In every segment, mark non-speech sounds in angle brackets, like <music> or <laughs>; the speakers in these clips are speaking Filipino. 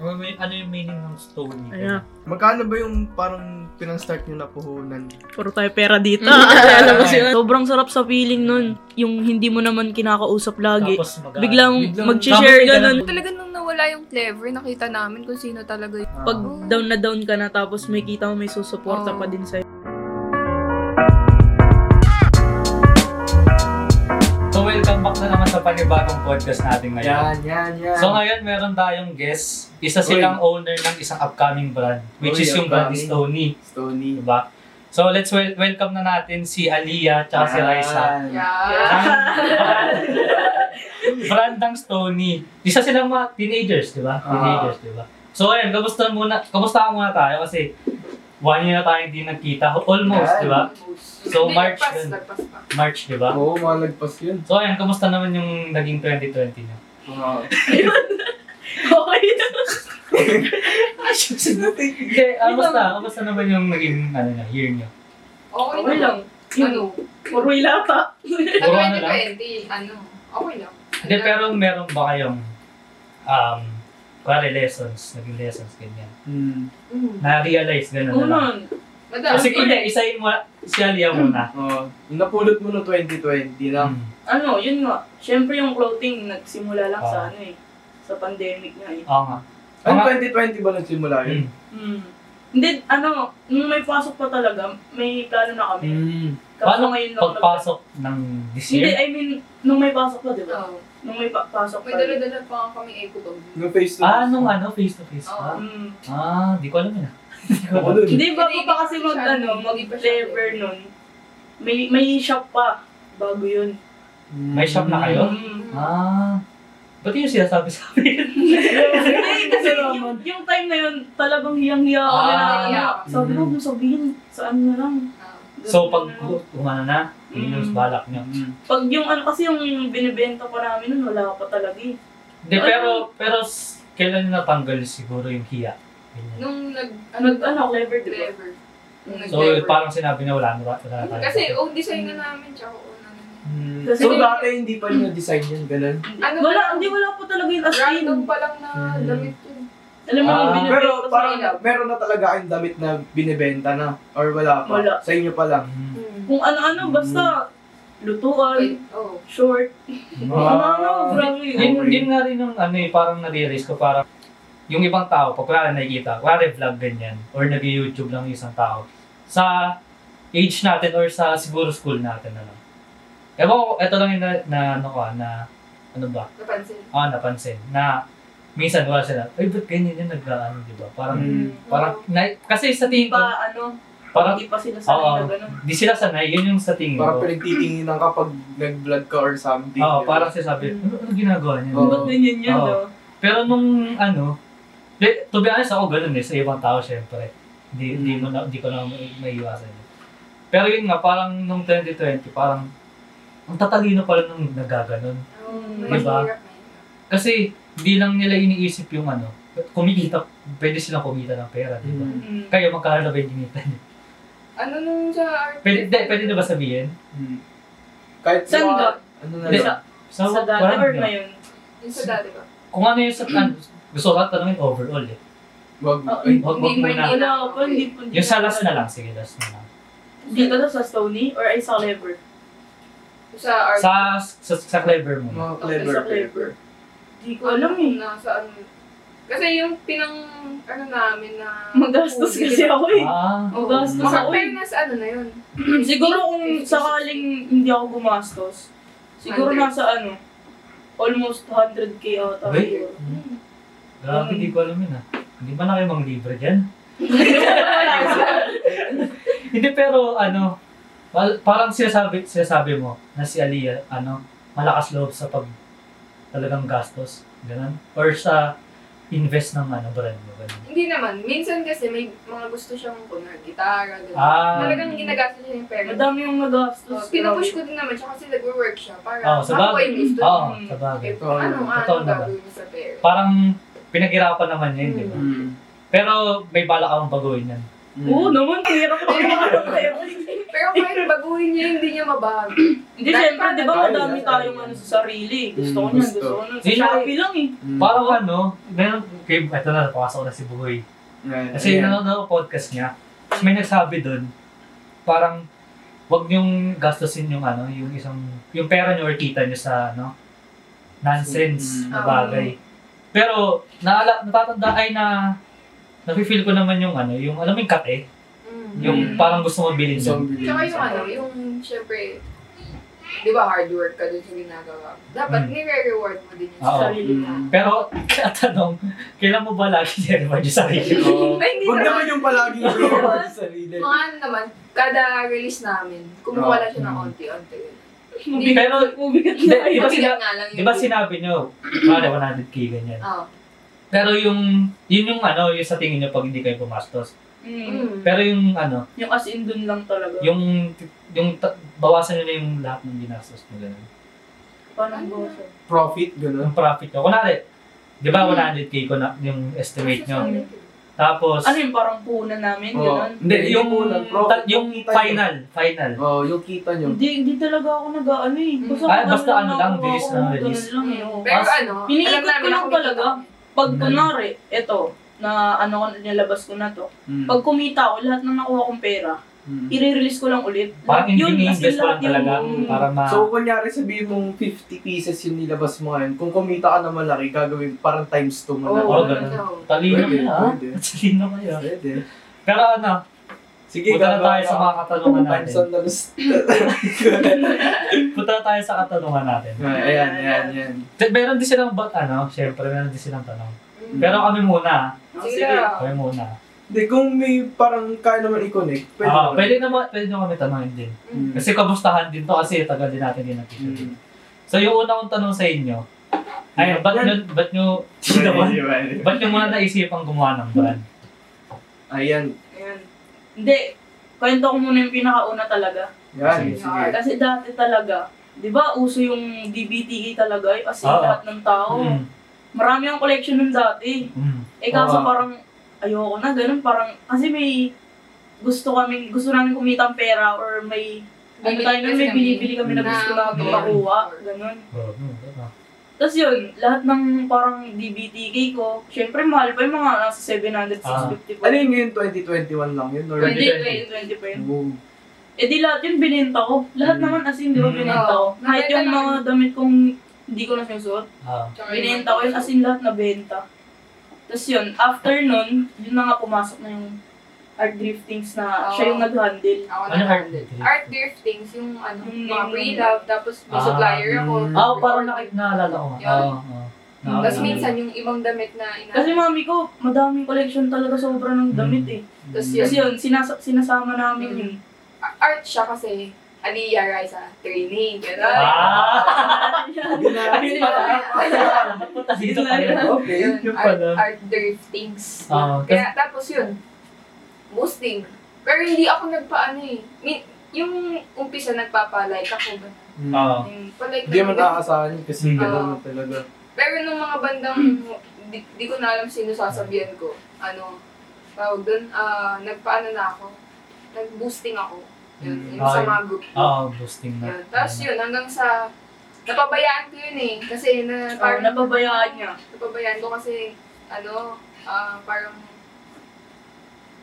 Ano may- ano yung meaning ng stony? Ayan. Magkano ba yung parang pinang-start nyo na puhunan? Puro tayo pera dito. <laughs> Alam mo siya. Sobrang sarap sa feeling nun. Yung hindi mo naman kinakausap lagi. Tapos mag- Biglang mag-share ganun. Talaga nung nawala yung clever, nakita namin kung sino talaga yun. Pag Oh. down na down ka na tapos may kita mo may susuporta Oo. pa din sa'yo. So welcome back na naman sa panibagong podcast natin ngayon. Yan, yan, yan. So ngayon meron tayong guest. Isa silang owner ng isang upcoming brand which Uy, is yung brand upcoming. is Stony. Stony. Diba? So let's wel- welcome na natin si Aliyah tsaka si Raisa. Yan. Yeah. Ah. Ang- brand ng Stony. Isa silang mga teenagers, di ba? Ah. Teenagers, di ba? So ayun, kamusta muna, kamusta ka muna tayo kasi one year na tayong hindi nagkita. Almost, diba? Yan. di ba? So, Hindi, March nagpas, yun. nagpas pa. March, di ba? Oo, mga lagpas yun. So ayun, kamusta naman yung naging 2020 niyo? Mga... <laughs> Okay. Ah, Hindi, ah, kamusta? Kamusta naman yung naging ano, na, year niyo? Okay, Okay lang. lang. Ano? Puro ilata. Sa Puro ano lang? 2020, ano? Okay lang. Hindi, pero meron ba kayong um, Pare lessons, naging lessons, ganyan. Hmm. Mm. Na-realize, gano'n na lang. Unang. Madami. Kasi hindi, isahin mo si Alia muna. Oo. Yung napulot mo noong 2020 lang. Mm. Ano, yun nga. Siyempre yung clothing nagsimula lang Ah. sa ano eh. Sa pandemic nga eh. Oo nga. Ang Mga- 2020 ba nagsimula yun? Hmm. Hindi, ano, nung may pasok pa talaga, may plano na kami. Hmm. Kaso Paano ngayon lang- pagpasok ng this Hindi, year? I mean, nung may pasok pa, di ba? Oo. Nung may pa- diba? pasok May pa. dala-dala pa nga kami eh, eco bag. Yung face to Ah, nung ano, face to face Oo. pa? Hmm. Ah, di ko alam yun ah. <laughs> Di ko Ako alam. dun. Hindi, bago Hindi pa kasi mag, masyado, ano, hindi pa mag-flavor nun. May, may shop pa. Bago yun. May shop na kayo? Hmm. Ah, ba't yun sinasabi sa akin? Hindi, <laughs> kasi yung, yung time na yun, talagang hiyang-hiya ako Ah. na ano. Sabi ko, Mm. kung sabihin, saan na lang. Ah. So, Ganun pag na lang. umano na, yun yung Mm. balak nyo. Hmm. Pag yung ano, kasi yung binibenta pa namin nun, wala pa talaga eh. Hindi, pero, pero s- kailan nyo natanggal siguro yung hiya? Ganyan. Nung nag... Ano, ano, clever, di ba? Clever. Nung So, nag-clever. parang sinabi na wala na wala na tayo. Kasi own design na namin, tsaka own ano. Hmm. Kasi- So dati hindi pa nyo design yun, ganun. Ano Ano wala, ba? hindi wala pa talaga yung as in. Random pa lang na Hmm. Mm. damit yun. Alam mo, Ah. yung binibenta Pero sa parang kanila, meron na talaga kayong damit na binibenta na or wala pa. Wala. Sa inyo pa lang. Mm. Kung ano-ano, basta lutuan, Wait, oh. short, Ah. ano-ano, grabe. Yun, Okay. yun nga rin yung ano eh, parang nare-realize ko parang yung ibang tao, pag wala nakikita, wala vlog ganyan, or nag-YouTube lang yung isang tao, sa age natin or sa siguro school natin na lang. Ewan ko, ito lang yung na, na ano ko, ah, na, ano ba, Napansin. ah, napansin, na minsan wala sila, ay, ba't ganyan yung nag ano, di ba? Parang, Mm. parang, na, kasi sa tingin Hindi ko, pa, ano, parang, hindi pa sila Oo. sanay na gano'n. di sila sanay, yun yung sa tingin ko. Parang pinagtitinginan ka pag nag-vlog ka or something. Oo, di ba? parang sinasabi, ano, ano ginagawa niya? Oo. Ba't ganyan yun, Oo. no? Pero nung ano, di- to be honest ako ganun eh, sa ibang tao syempre. Hindi, hindi, Hmm. mo na, hindi ko na may, maiiwasan yun. Pero yun nga, parang nung 2020, parang ang tatalino pala nung nagaganon. Oh, Diba? mahirap na yun. Kasi hindi lang nila iniisip yung ano, kumikita, pwede silang kumita ng pera, di ba? Mm. Mm. Kaya magkano na ba yung kinita niyo? Ano nung sa art? Pwede, di, pwede na ba sabihin? Hmm. Kahit Saan mga- ba? Ano na Hindi, sa, lang. sa, Sa dati parang or ano, ngayon? Yung sa dati ba? Kung ano yung sa, ano, gusto ko lang tanongin overall eh. Wag Oh, ay, Wag, wag Hindi, muna. may- Wala pa, hindi pa. Yung sa last na lang, sige, last na lang. Dito na sa Stony or ay sa Clever? Yung Sa art? Sa, sa, sa clever mo. mga clever. Sa clever. Hindi ko alam eh. Nasa ano. Kasi yung pinang, ano namin na... Magastos kasi ako eh. Ah, Oo. Magastos Mga ako eh. fairness, ano na yun. Siguro kung sakaling hindi ako gumastos, siguro Hundred. nasa ano, almost 100k ata. Wait. yun. Grabe, Mm. di ko alam yun ah. Hindi ba na kayo mang libre dyan? <laughs> Hindi, pero ano, pal- parang sinasabi, sinasabi mo na si Aliyah, ano, malakas loob sa pag talagang gastos, ganun. Or sa invest ng ano, brand mo, ganun. Hindi naman. Minsan kasi may mga gusto siyang kunwari, gitara, gano'n. Ah. Talagang ginagastos niya yung pera. <laughs> Madami yung So, nagastos. pinupush ko din naman siya kasi nag-work siya para eh. Oh, sa makuha bagay. yung gusto Oo, niya. sa bagay. Eh, Ano, ano Totoo naman. gagawin mo sa pera? Parang pinaghirapan naman niya yun, di ba? Mm. Hmm. Pero may balak akong baguhin yan. Hmm. Oo naman, hirap na yung mga Pero <laughs> kahit baguhin niya, hindi niya mabago. Hindi, Dati syempre, pa- di ba Dati- madami dati- tayong ano sa sarili. Gusto ko Mm, niyan, gusto. gusto ko nun. Sa Hindi, Shopee lang eh. Mm. Parang ano, meron, okay, eto na, napakasok na si Buhoy. Ayan, Kasi ayan. nanonood ako ng podcast niya, tapos may nagsabi doon, parang, wag niyong gastusin yung ano, yung isang, yung pera niyo or kita niyo sa ano, nonsense Mm. na bagay. Pero, naala, natatanda, ay na, nafe-feel ko naman yung ano, yung, alam mo yung kape, Mm. yung Mm. parang gusto mong bilhin Isang doon. bilis. Tsaka yung ano, yung syempre, di ba hard work ka dun sa ginagawa. mo. Dapat Mm. nire-reward mo din yung Oo. Sarili Mm. na. <laughs> Pero, katanong, kailan mo ba lagi nireward yung sarili mo? Oo. Ay, hindi Huwag naman. naman yung palagi <laughs> reward sa sarili. Mga ano naman, kada release namin, kumuha lang siya ng Mm. onti-onti. Pero, Ubigat Hindi, na di yun. ba sila, Mabigat nga lang yun. di ba sinabi niyo, pare 100k ganyan. Oo. Pero yung, yun yung ano, yung sa tingin niyo pag hindi kayo pumastos. Mm. Mm. Pero yung ano, Yung as in dun lang talaga. yung, yung ta- bawasan niyo na yung lahat ng ginastos niyo ganun. Parang boso. Profit, gano'n. Yung profit niyo. Kunwari, di ba 100k ko na yung estimate niyo. Tapos, Ano yung parang puna namin, Oo. gano'n? hindi, yung, po ng profit. ta- yung Kita niyo. final, final. Oo, Oh, yung kita nyo. Hindi, hindi talaga ako nag-ano eh. Basta, Ah, basta ano lang, ako, bilis Mm. na ako, release. ganun lang eh, oo. Pero Mas- ano, Iniikot alam namin ko lang na kumita talaga. kami. Pag Mm. kunwari, eto, na ano ko, nilabas ko na to. Mm. Pag kumita ako, lahat ng nakuha kong pera, Mm. i-release ko lang ulit. Parang Lahat yun, as in ini-invest ko lang lahat yung- talaga Mm. para ma... So, kunyari sabihin mong 50 pieces yung nilabas mo ngayon, kung kumita ka na malaki, gagawin parang times 2 mo Oo, na. Oo, ano ganun. so, talino Pwede, kayo, ha? pwede. <laughs> Talino kayo. Pwede. Pero ano, Sige, punta na tayo sa mga <laughs> katanungan Times natin. on the list. Punta na tayo sa katanungan natin. Ayan, ayan, ayan. Di- Meron din silang bot, ano? Siyempre, meron din silang tanong. mm. Pero kami muna. Ah, Sige. sige. Kami muna. Hindi, kung may parang kaya naman i-connect, pwede. Ah, naman. Hmm. pwede naman, pwede naman kami tanongin din. Mm. Kasi kamustahan din to kasi tagal din natin din nakita. Mm. So yung una kong tanong sa inyo, Hmm. ay, ba't nyo, ba't nyo, sino ba? Pwede, pwede. <laughs> Ba't nyo muna naisipang gumawa ng brand? Ayan. Ayan. Hindi, kwento ko muna yung pinakauna talaga. Yan, Sige. sige. Ah, Kasi dati talaga, di ba uso yung DBTK talaga, eh, as in Oo. lahat ng tao. Ah. Mm, Marami ang collection nun dati. mm, Eh kaso Oo. parang ayoko na, ganun parang, kasi may gusto kami, gusto namin kumita ng pera or may, ano Bibili tayo nun, kasi may kami. binibili kami na Na- gusto na Mm. makuha, ganun. oh, mm, ah. Tapos yun, lahat ng parang DBTK ko, syempre mahal pa yung mga nasa 700, Ah. 650 Ano yun ngayon? 2021 lang yun? Or... 20. 20, 20, 20 pa yun. Oh. Eh di lahat yun binenta ko. Lahat Mm. naman as in di ba Mm. binenta ko. Oo. Kahit yung mga damit kong hindi ko na sinusuot, Ah, Tsaka yung- binenta ko yun as in lahat na benta. Tapos yun, after nun, yun na nga pumasok na yung art driftings na siya yung Oo. nag-handle. Ako Ano na art art driftings? Art driftings, yung ano, Yung name- mga oh, pre-love, tapos may Ah, supplier ako. mm. Ah, parang nakik naalala ko. nga. Yun. Oo, oo. Naalala Tapos ko. minsan yung ibang damit na ina... Kasi mami ko, madaming collection talaga sobra ng damit Mm. eh. Tapos Hmm. Tapos yun, sinasa- sinasama namin Mm. yun. <laughs> art siya kasi Aliyah Rai sa training. Gano'n. <laughs> Ah! Ginagawa. Ayun pala. Napunta dito tayo. <laughs> Okay. Yun, Yun art, pala. art driftings. Ah, Kaya, tapos yun, boosting. Pero hindi ako nagpaano eh. Min- yung umpisa nagpapalike ako. ganun. Oo. Yung palike Hmm. Hindi na- man aasahan yun Ah. kasi Mm. gano'n na talaga. Pero nung mga bandang, di, di ko na alam sino sasabihan ko. Ano, tawag doon, ah, nagpaano na ako. Nag-boosting ako. Yun, Mm. yun sa Ah, mga group. Oo, boosting na. Yun. Tapos yun, hanggang sa, napabayaan ko yun eh. Kasi na, Parang Oh, napabayaan niya. Mm. Napabayaan ko kasi, ano, ah, parang,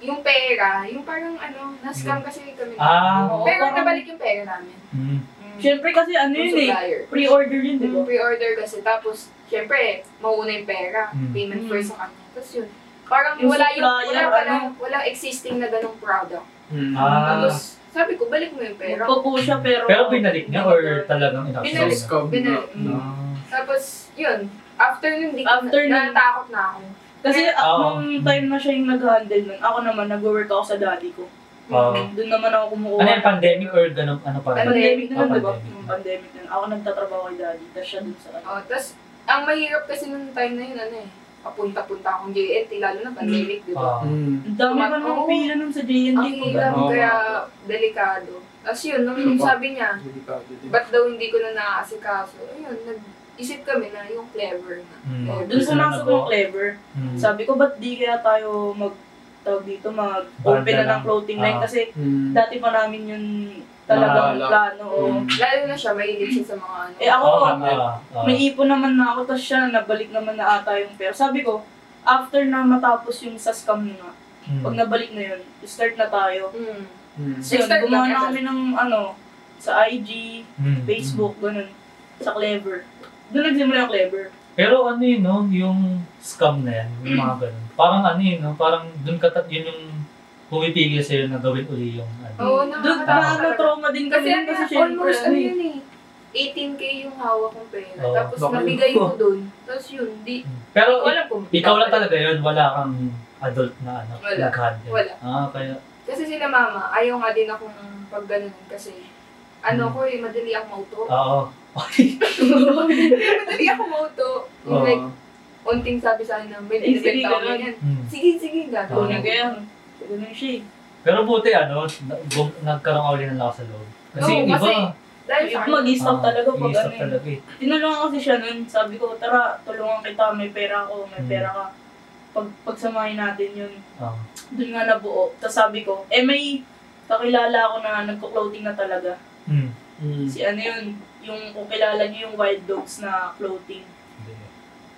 yung pera, yung parang ano, na-scam kasi kami. Ah. Hmm. Oo, Pero parang- nabalik yung pera namin. Hmm, Mm. Siyempre kasi ano Yung yun eh, supplier. pre-order yun, di ba? Yung pre-order kasi, tapos, syempre, mauna yung pera. Mm. Payment Mm. first sa kanya. Tapos yun, parang Yung wala yung, wala supplier, pala, ano? walang existing na ganong product. Hmm. Ah. Tapos, sabi ko, balik mo yung pera. Magpo po siya pero... Pero binalik niya or talagang So, Binalik. in-absorb? scam. Binalik. Hmm. No. Ah. Tapos, yun, after nun, di ko, After nun. na, natakot na ako. Kasi at Oo. nung time na siya yung nag-handle nun, ako naman, nag-work ako sa daddy ko. Oo. Doon naman ako kumukuha. Ano yung pandemic or ganun, ano pa rin? Pandemic na nun, Ah, diba? pandemic. Yung pandemic na nun. Ako nagtatrabaho kay daddy, tapos siya dun sa ano. Oh, tapos, ang mahirap kasi nung time na yun, ano eh, papunta-punta akong JNT, lalo na pandemic, di ba? Ah. Mm. Ang dami Tumat- pa nung Oo. pila nun sa JNT Ang ko. hirap, Oo. kaya delikado. Tapos yun, Ano nung sabi Ah. niya, Delikado din. ba't daw hindi ko na naaasikaso? Ayun, nag-isip kami na yung clever na. Mm. Clever. Doon Gusto na pumasok nagawa. yung clever. Mm. Sabi ko, ba't di kaya tayo mag tawag dito, Banda mag-open na ng ng- clothing line. ah. Kasi Mm. dati pa namin yun talagang Naalala. plano. oo. Mm. Lalo na siya, mahilig siya sa mga ano. Eh ako, Hmm. Oo, tama. ah, ah. may ipon naman na ako, tapos siya, nabalik naman na ata yung pera. Sabi ko, after na matapos yung sa scam nga, Mm. Hmm. pag nabalik na yun, start na tayo. Mm. Mm. So yun, Start na gumawa na agad. kami ng ano, sa IG, Mm. Facebook, Hmm. ganun. Sa Clever. Doon nagsimula yung Clever. Pero ano yun, no? yung scam na yan, yung mga ganun. Parang ano yun, no? parang dun katat yun yung pumipigil sa'yo na gawin uli yung Oh. ano. Oo, Tama. Doon na nakakatawa ano, talaga. trauma din kami Kasi nun ano, kasi syempre. almost ano ano eh. yun eh. 18k yung hawak kong pera. Oo. Tapos Baka yun. nabigay ko dun. Tapos yun, di, Pero wala po. ikaw lang talaga yun, wala kang adult na ano, Wala. nag-handle. Wala. Ah, kaya, Kasi sila mama, ayaw nga din akong pag ganun kasi Hmm. ano Ah. ko eh, madali akong mauto. oo. <laughs> madali akong mauto. Yung Oo. like, Ah. unting sabi sa akin na may Eh, sige, binibenta ako ganun. ganyan. Mm. Sige, sige, Doon na Oo. gagawin. kaya. Ganun siya eh. Pero buti ano, na- gum- nagkaroon ka uli ng lakas sa loob. Kasi Oo, yung iba, kasi Dahil sa Yung akin, Mag-stop ah, talaga pag iisip ano eh. talaga eh. Tinulungan kasi siya nun. Sabi ko, tara, tulungan kita. May pera ako, may Hmm. pera ka. Pag, pagsamahin natin yun. Ah. Doon nga nabuo. Tapos sabi ko, eh may kakilala ako na nagko-clothing na talaga. Mm. Mm. Si ano yun, yung kung kilala niyo yung wild dogs na clothing. Hindi.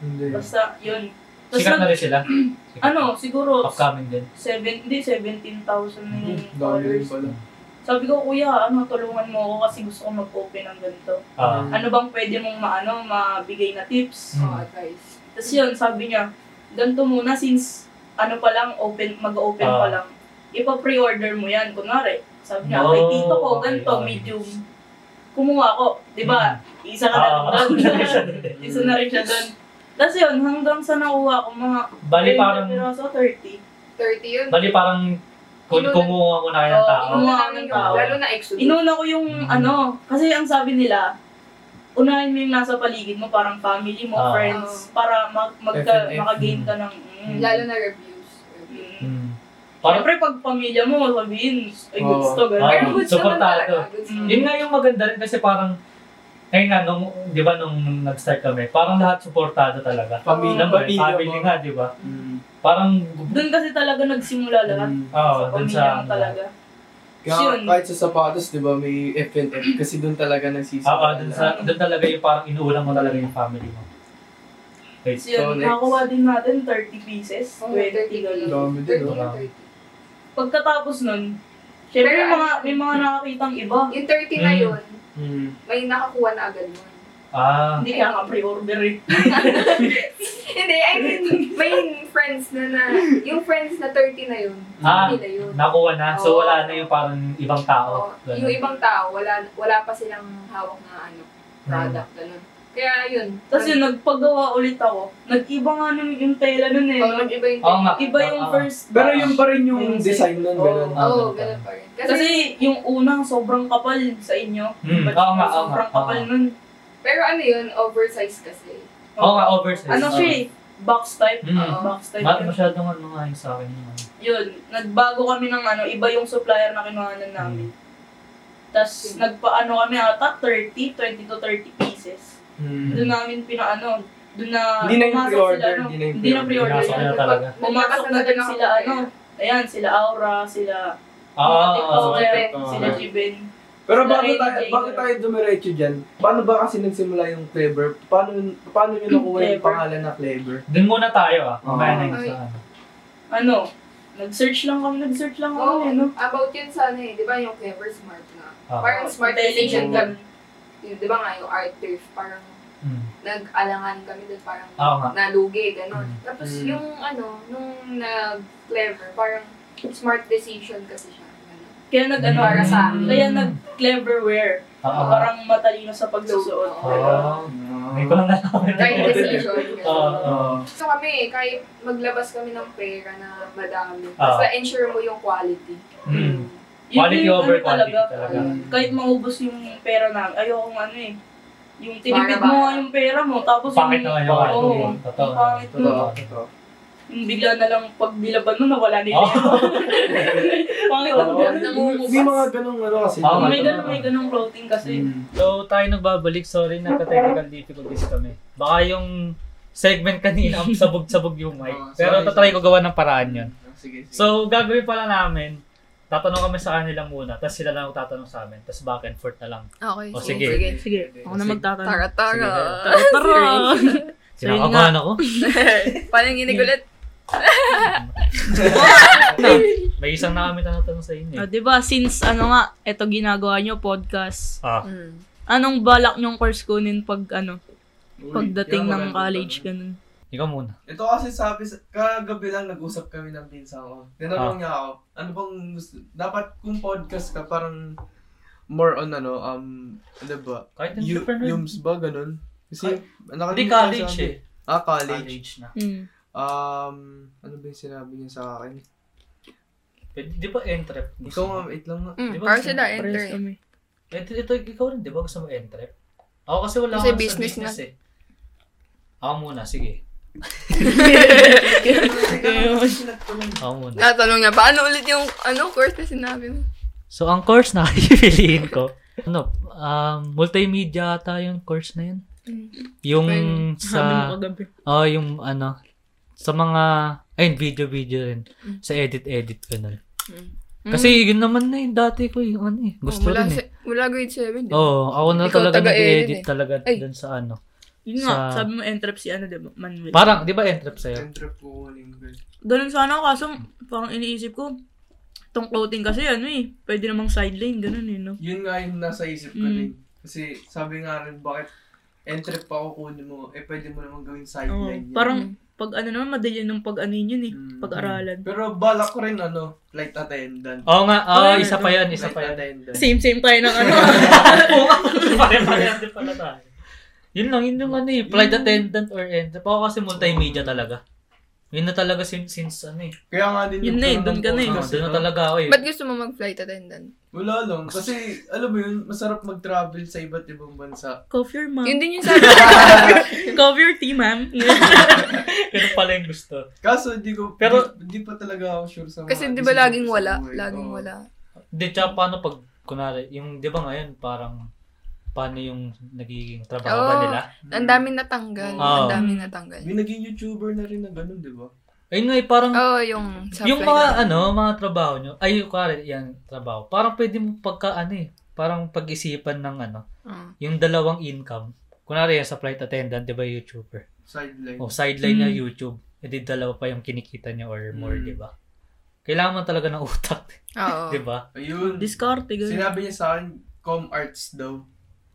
Hindi. Basta, yun. Tapos Sikat na nag, rin sila. Sikat. <clears throat> ano, siguro, Upcoming din. seven, hindi, 17,000 na Mm, yung Dami rin followers. pala. Sabi ko, kuya, ano, tulungan mo ako kasi gusto ko mag-open ng ganito. Ah. Mm. Ano bang pwede mong maano, mabigay na Mm. tips? oh, advice. Tapos yun, sabi niya, ganito muna since ano pa lang, open, mag-open Ah. pa lang. Ipa-pre-order mo yan, kunwari. Sabi niya, Oh, kay tito ko, ganito, okay. medium. Kumuha ko, di ba? Isa na <laughs> lang Ah, doon. Isa na rin siya doon. Tapos yun, hanggang sa nakuha ko, mga Bali parang, 30 piraso, 30. 30 yun. bali parang kung Inunan- kumuha ko na kayo ng Oo, tao. inunan- Kinuha namin yung, Tao. lalo na Exodus. Inuna ko yung Mm. ano, kasi ang sabi nila, unahin mo yung nasa paligid mo, parang family mo, Ah. friends, para mag, magka, FNF. makagain ka ng... Mm, lalo na reviews. reviews. mm. Mm. Parang Siyempre, pag pamilya mo, sabihin, ay Oo. goods to, Ah, gano'n. Pero goods naman supportado. talaga. Goods Mm. naman. Yun nga yung maganda rin kasi parang, ayun nga, nung, di ba nung, nung nag-start kami, parang lahat supportado talaga. Pamilya, Alam mo, eh, pamilya family mo. nga, di ba? Mm. Parang, Doon kasi talaga nagsimula lahat. oo, Mm. sa dun pamilya sa, ano. mo talaga. Kaya Yun. kahit sa sapatos, di ba, may FNF kasi doon talaga nagsisimula. oo, ano, ah, dun sa, dun talaga yung parang inuulang mo talaga yung family mo. Wait, So, yun, next. nakakuha din natin 30 pieces, Oo, 20 30 gano'n. Dami din, 30 ah. na 30. Pagkatapos nun, syempre Pero may mga, ano- may mga nakakitang iba. Yung 30 na Mm. yun, Hmm. Mm. may nakakuha na agad mo. ah, Hindi kaya ka pre-order eh. Hindi, I mean, may friends na na, yung friends na 30 na yun, Ah. hindi na yun. nakuha na. So, Oo. wala na yung parang ibang Oo. tao. yung Ganun. ibang tao, wala, wala pa silang hawak na ano, product, Hmm. ganun. Kaya yun. Tapos yun, nagpagawa ulit ako. Nag-iba nga nun yung tela nun eh. Oo, no? nag-iba yung Oo nga. Iba yung Ah, ah. first. Pero yun pa rin yung Yung- design nun, ganun. Ah, Oo, ganun ganun pa rin. Kasi, Kasi yung unang sobrang kapal sa inyo. Mm, Ba't oo nga, oo sobrang nga, kapal oo nga. nun. pero ano yun, oversized kasi. Oo nga, oversized. Ano siya eh? Box type. Mm. Oo, box type. Ma- yun. masyadong ano nga yung sa akin yung ano. yun, nagbago kami ng ano, iba yung supplier na kinuhanan Hmm. namin. Tapos Hmm. nagpaano kami ata 30, 20 to 30 pieces. Hmm. Mm. Doon namin pinaano, doon na Hindi na yung pumasok pre-order, ano, hindi na yung hindi na pre-order. pre-order. Pinasok yun. na talaga. Pumasok na din sila ano, ayan, sila Aura, sila Ah, TikToker, oo. oo. sila Jiben. Pero Wala bago rin tayo, yung bago Jager. tayo dumiretso dyan, paano ba kasi nagsimula yung Clever? Paano, paano nyo nakuha yung Clever. pangalan na Clever? Doon muna tayo ah. Oo. Mamaya na yung Ay. sa ano. Ano, nag-search lang kami, nag-search lang kami, Oo, ano. about yun sana eh, di ba yung clever smart na. Ah. Parang smart Intelligent decision kami. kami. Yung, Di ba nga yung art turf, parang Mm. nag-alangan kami doon, parang Oo nga. nalugi, gano'n. Mm. Tapos Mm. yung ano, nung nag-clever, parang smart decision kasi siya. ganun. Kaya nag-ano, Hmm. Para sa amin. kaya nag-clever wear. Oo. Parang matalino sa Ah, pagsusuot. Oo. Ayun. Oo. Hindi ko lang Ah, nalaman. <laughs> Right decision. Oo. ganun. So kami, kahit maglabas kami ng pera na madami, Ah. basta ensure mo yung quality. Mm. Yun Quality yung over ano quality talaga. talaga. kahit maubos yung pera na, ayoko ng ano eh. Yung tinipid mo Para-para. nga yung pera mo, tapos Pangit naman yung Oo, ano. Totoo. yung pangit mo. Totoo. Ito. Hmm. Yung bigla na lang pag nilaban mo, nawala na yung Oo. pera. <laughs> Pangit Oh. Oo. naman. May mga ganong ano kasi. Oo, May ganun, may ganung clothing Hmm. kasi. Mm. So tayo nagbabalik, sorry nagka-technical difficulties kami. Baka yung segment kanina ang sabog-sabog yung mic. Oo, Pero sorry, tatry ko gawa ng paraan yun. sige, sige. So, gagawin pala namin, tatanong kami sa kanila muna, tapos sila lang ang tatanong sa amin, tapos back and forth na lang. Okay. O, Oh, sige. Sige, ako na magtatanong. Tara, tara. Sige. Tara! So, yun Sinakabahan ako. Paano yung inigulit? May isang na kami tatanong sa inyo. Ah, eh. di ba, since ano nga, eto ginagawa nyo, podcast, Ah, Mm. anong balak nyong course kunin pag ano, Uy, pagdating yan, ng magandang college, tanong. ganun? ikaw muna. Ito kasi sabi, sa- kagabi lang nag-usap kami ng pinsa ko. Ah. Tinanong niya ako, ano bang gusto, dapat kung podcast ka, parang more on ano, um, ano ba, Kahit Yu- entrepreneur. Yums ba, ganun? Kasi, Hindi nakalimutan college sabi. eh. Ah, college. College na. Hmm. Um, ano ba yung sinabi niya sa akin? Pwede, di ba entrep? Ikaw nga, wait lang nga. Mm. Di ba Parang gusto sila mo- enter. Pares kami. Ito, ito, ikaw rin, di ba gusto mo entrep? Ako kasi wala Kasi akong business sa business eh. Ako muna, <laughs> sige. Ako muna. Natanong Ah, niya, paano ulit yung ano course na sinabi mo? So, ang course na <laughs> pipiliin ko, ano, um, multimedia ata yung course na yun. Yung Ayun. Sabi mo sa, kagabi. oh, yung ano, sa mga, ayun, video-video rin. Mm. Sa edit-edit, ganun. Kasi yun naman na yung dati ko, yung ano eh. Gusto Oh, mula, rin eh. se- mula grade 7, di ba? Oo, ako na Ikaw talaga taga-edit nag-edit eh. talaga Ay. dun sa ano. Yun nga, Sa- sabi mo entrep si ano, di ba, Manuel. Parang, di ba entrep sa'yo? Entrap ko uling girl. Ganun sana ako, kaso parang iniisip ko, tong clothing kasi ano eh, pwede namang sideline, ganun eh, no? Yun nga yung nasa isip ko Mm. din. Kasi sabi nga rin, bakit entrap ako kunin mo, eh pwede mo naman gawin Oo, sideline yan. parang pag ano naman, madali nung pag ano yun eh, Mm. pag-aralan. Pero balak ko rin ano, flight attendant. Oo nga, oo, Ayun, isa pa yan, Oh, isa Flight pa yan. attendant. Same-same tayo ng <laughs> ano. <laughs> Pare-parehan din pala tayo. Yun lang, yun yung ano eh, flight attendant or entrep. Ako kasi multimedia talaga. Yun na talaga since, since ano eh. Kaya nga din Yun na eh, karoon dun ng ka na eh. Oo, podcast doon Oh, na ito. talaga ako eh. Ba't gusto mo mag-flight attendant? Wala lang. Kasi, alam mo yun, masarap mag-travel sa iba't ibang bansa. Cover your mom. Yun din yung sabi ko. Cover your tea, <laughs> ma'am. Yun pala yung gusto. Kaso, di ko, Pero- di, di pa talaga ako sure sa mga... Kasi di ba laging sa wala? buhay. Laging Oo. wala. Hindi, tsaka paano pag, kunwari, yung, di ba ngayon, parang, paano yung nagiging trabaho ba Oo. nila? Ang daming natanggal. Oo. Ang daming natanggal. May naging YouTuber na rin na ganun, di ba? Ayun nga eh, parang, Oo, yung sa yung flight mga, attendant. ano, mga trabaho nyo, ay, yung kunwari, yan, trabaho, parang pwede mo pagka, ano eh, parang pag-isipan ng, ano, Oo. yung dalawang income. Kunwari, yan, sa flight attendant, di ba, YouTuber? Sideline. O sideline niya Mm. YouTube, edi dalawa pa yung kinikita niya or more, Mm. di ba? Kailangan mo talaga ng <laughs> utak, Oo. di ba? Ayun. Discarte, ganun. Sinabi niya sa akin, com arts daw.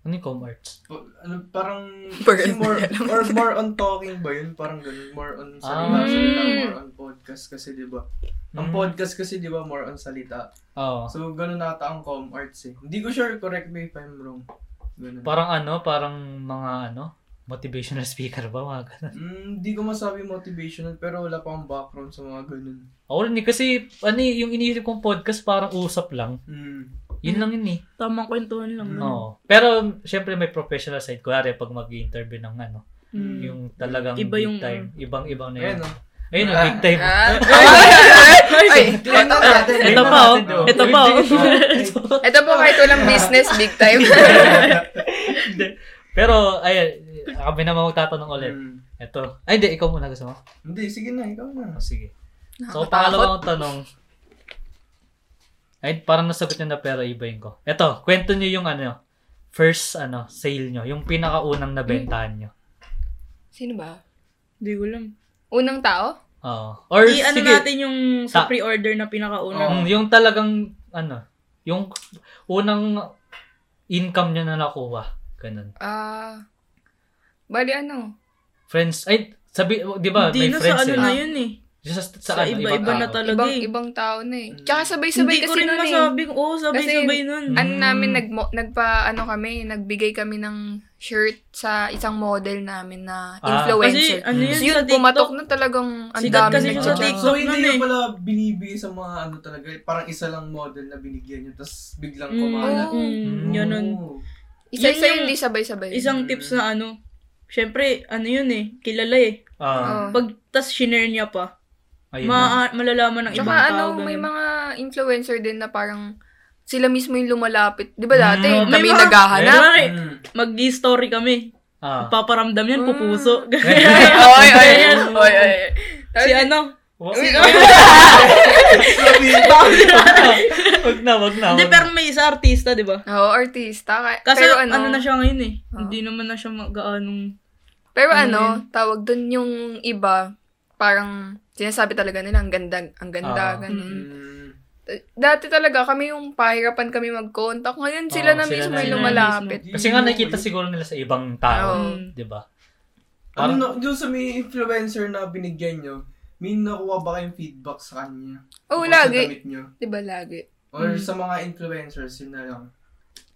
Ano yung com arts? Pa- ano, parang, Burn. kasi more, or more on talking ba yun? Parang ganun, more on salita, Ah. salita, Mm. more on podcast kasi, di ba? Ang Mm. podcast kasi, di ba, more on salita. Mm. Oo. So, ganun nata ang com arts eh. Hindi ko sure, correct me if I'm wrong. Ganun. Parang ano, parang mga ano, motivational <laughs> speaker ba, mga ganun. Mm, di ko masabi motivational pero wala pa akong background sa mga ganun. Ako rin eh, kasi ano eh, yung iniisip kong podcast parang usap lang. Mm. Yun lang yun eh. Tamang kwentuhan lang. no? Oo. Pero syempre may professional side. Kuwari pag mag-interview ng ano, Mm. yung talagang Iba big yung- time. Ibang-ibang na yun. Ayan o. Ayun, ang big time. Ah. Ay! Ay! Ito natin. Ito pa, oh. Ito pa, oh. Ito po kahit walang business, big <laughs> time. <laughs> Pero, ayun, kami naman magtatanong ulit. Hmm. Ito. Ay, hindi. Ikaw muna gusto mo? Mm. Hindi, sige na, ikaw na. Oh, sige. So, Nakakatakot. pangalawang tanong. Ay, parang nasagot nyo na pero ibahin ko. Ito, kwento nyo yung ano, first ano, sale nyo. Yung pinakaunang nabentahan nyo. Sino ba? Hindi ko alam. Unang tao? Oo. Or, I, ano sige. natin yung sa Ta- pre-order na pinakauna. Mm, yung talagang, ano, yung unang income nyo na nakuha. Ganun. Ah... bali ano? Friends, ay, sabi, di ba, Hindi may na sa friends ano eh. na yun eh. Just sa, sa, Sa ano, iba-iba ibang na tao. talaga Ibang, eh. ibang tao na eh. Tsaka Hindi sabay-sabay ko kasi rin nun eh. masabi. Oo, sabay-sabay nun. Mm. Ano namin, nagmo, nagpa, ano kami, nagbigay kami ng shirt sa isang model namin na Ah. Kasi influencer. ano yun so sa yun, TikTok. pumatok na talagang ang Sikat dami kasi na siya sa dyan. TikTok. So, nun hindi eh. nyo pala binibigay sa mga ano talaga. eh, Parang isa lang model na binigyan nyo, tapos biglang kumalat. Oo. Mm. Mm, ganun. Isa-isa Yun yung- yun, di sabay-sabay. Isang Mm. tips na ano, syempre, ano yun eh, kilala eh. Ah, Oo. Pag tas shinare niya pa, ayun na. ma- malalaman ng Tsaka ibang tao. ano, ganun. may mga influencer din na parang sila mismo yung lumalapit. Di ba dati, Mm, may kami mga- naghahanap? Kunwari, Mm. mag-story kami. Ah. <laughs> <laughs> Paparamdam yan, pupuso. Mm. Ay, ay, ay, ay, ay. si ano, Wag ah! <laughs> na, wag na. Hindi, wag na. pero may isa artista, di ba? Oo, artista. Ka- Kasi pero ano, ano, na siya ngayon eh. Oo. Hindi naman na siya magaanong... pero ano ano, yun? tawag doon yung iba, parang sinasabi talaga nila, ang ganda, ang ganda, Ah. ganun. Mm. Dati talaga kami yung pahirapan kami mag-contact. Ngayon sila Oo, na sila mismo na yung yun. lumalapit. Kasi nga nakita siguro nila sa ibang tao, Oo. Mm. di ba? Ano, Parang- na- dun sa may influencer na binigyan nyo, may nakuha ba kayong feedback sa kanya? Oo, Tungkol sa lagi. damit nyo? Di ba lagi? Or Mm. sa mga influencers, yun na lang.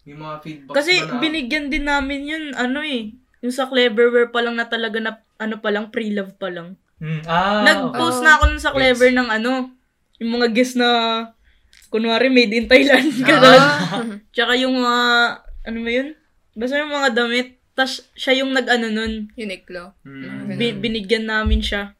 May mga feedback Kasi ba na- binigyan din namin yun, ano eh. Yung sa Cleverware pa lang na talaga na, ano pa lang, pre-love pa lang. Mm, ah, Nag-post oo. na ako nun sa Clever ng ano, yung mga guest na, kunwari, made in Thailand. Ah. Ganun. <laughs> Tsaka yung mga, ano ba yun? Basta yung mga damit. Tapos siya yung nag-ano nun. Uniqlo. Mm. Ganun. Bi- binigyan namin siya.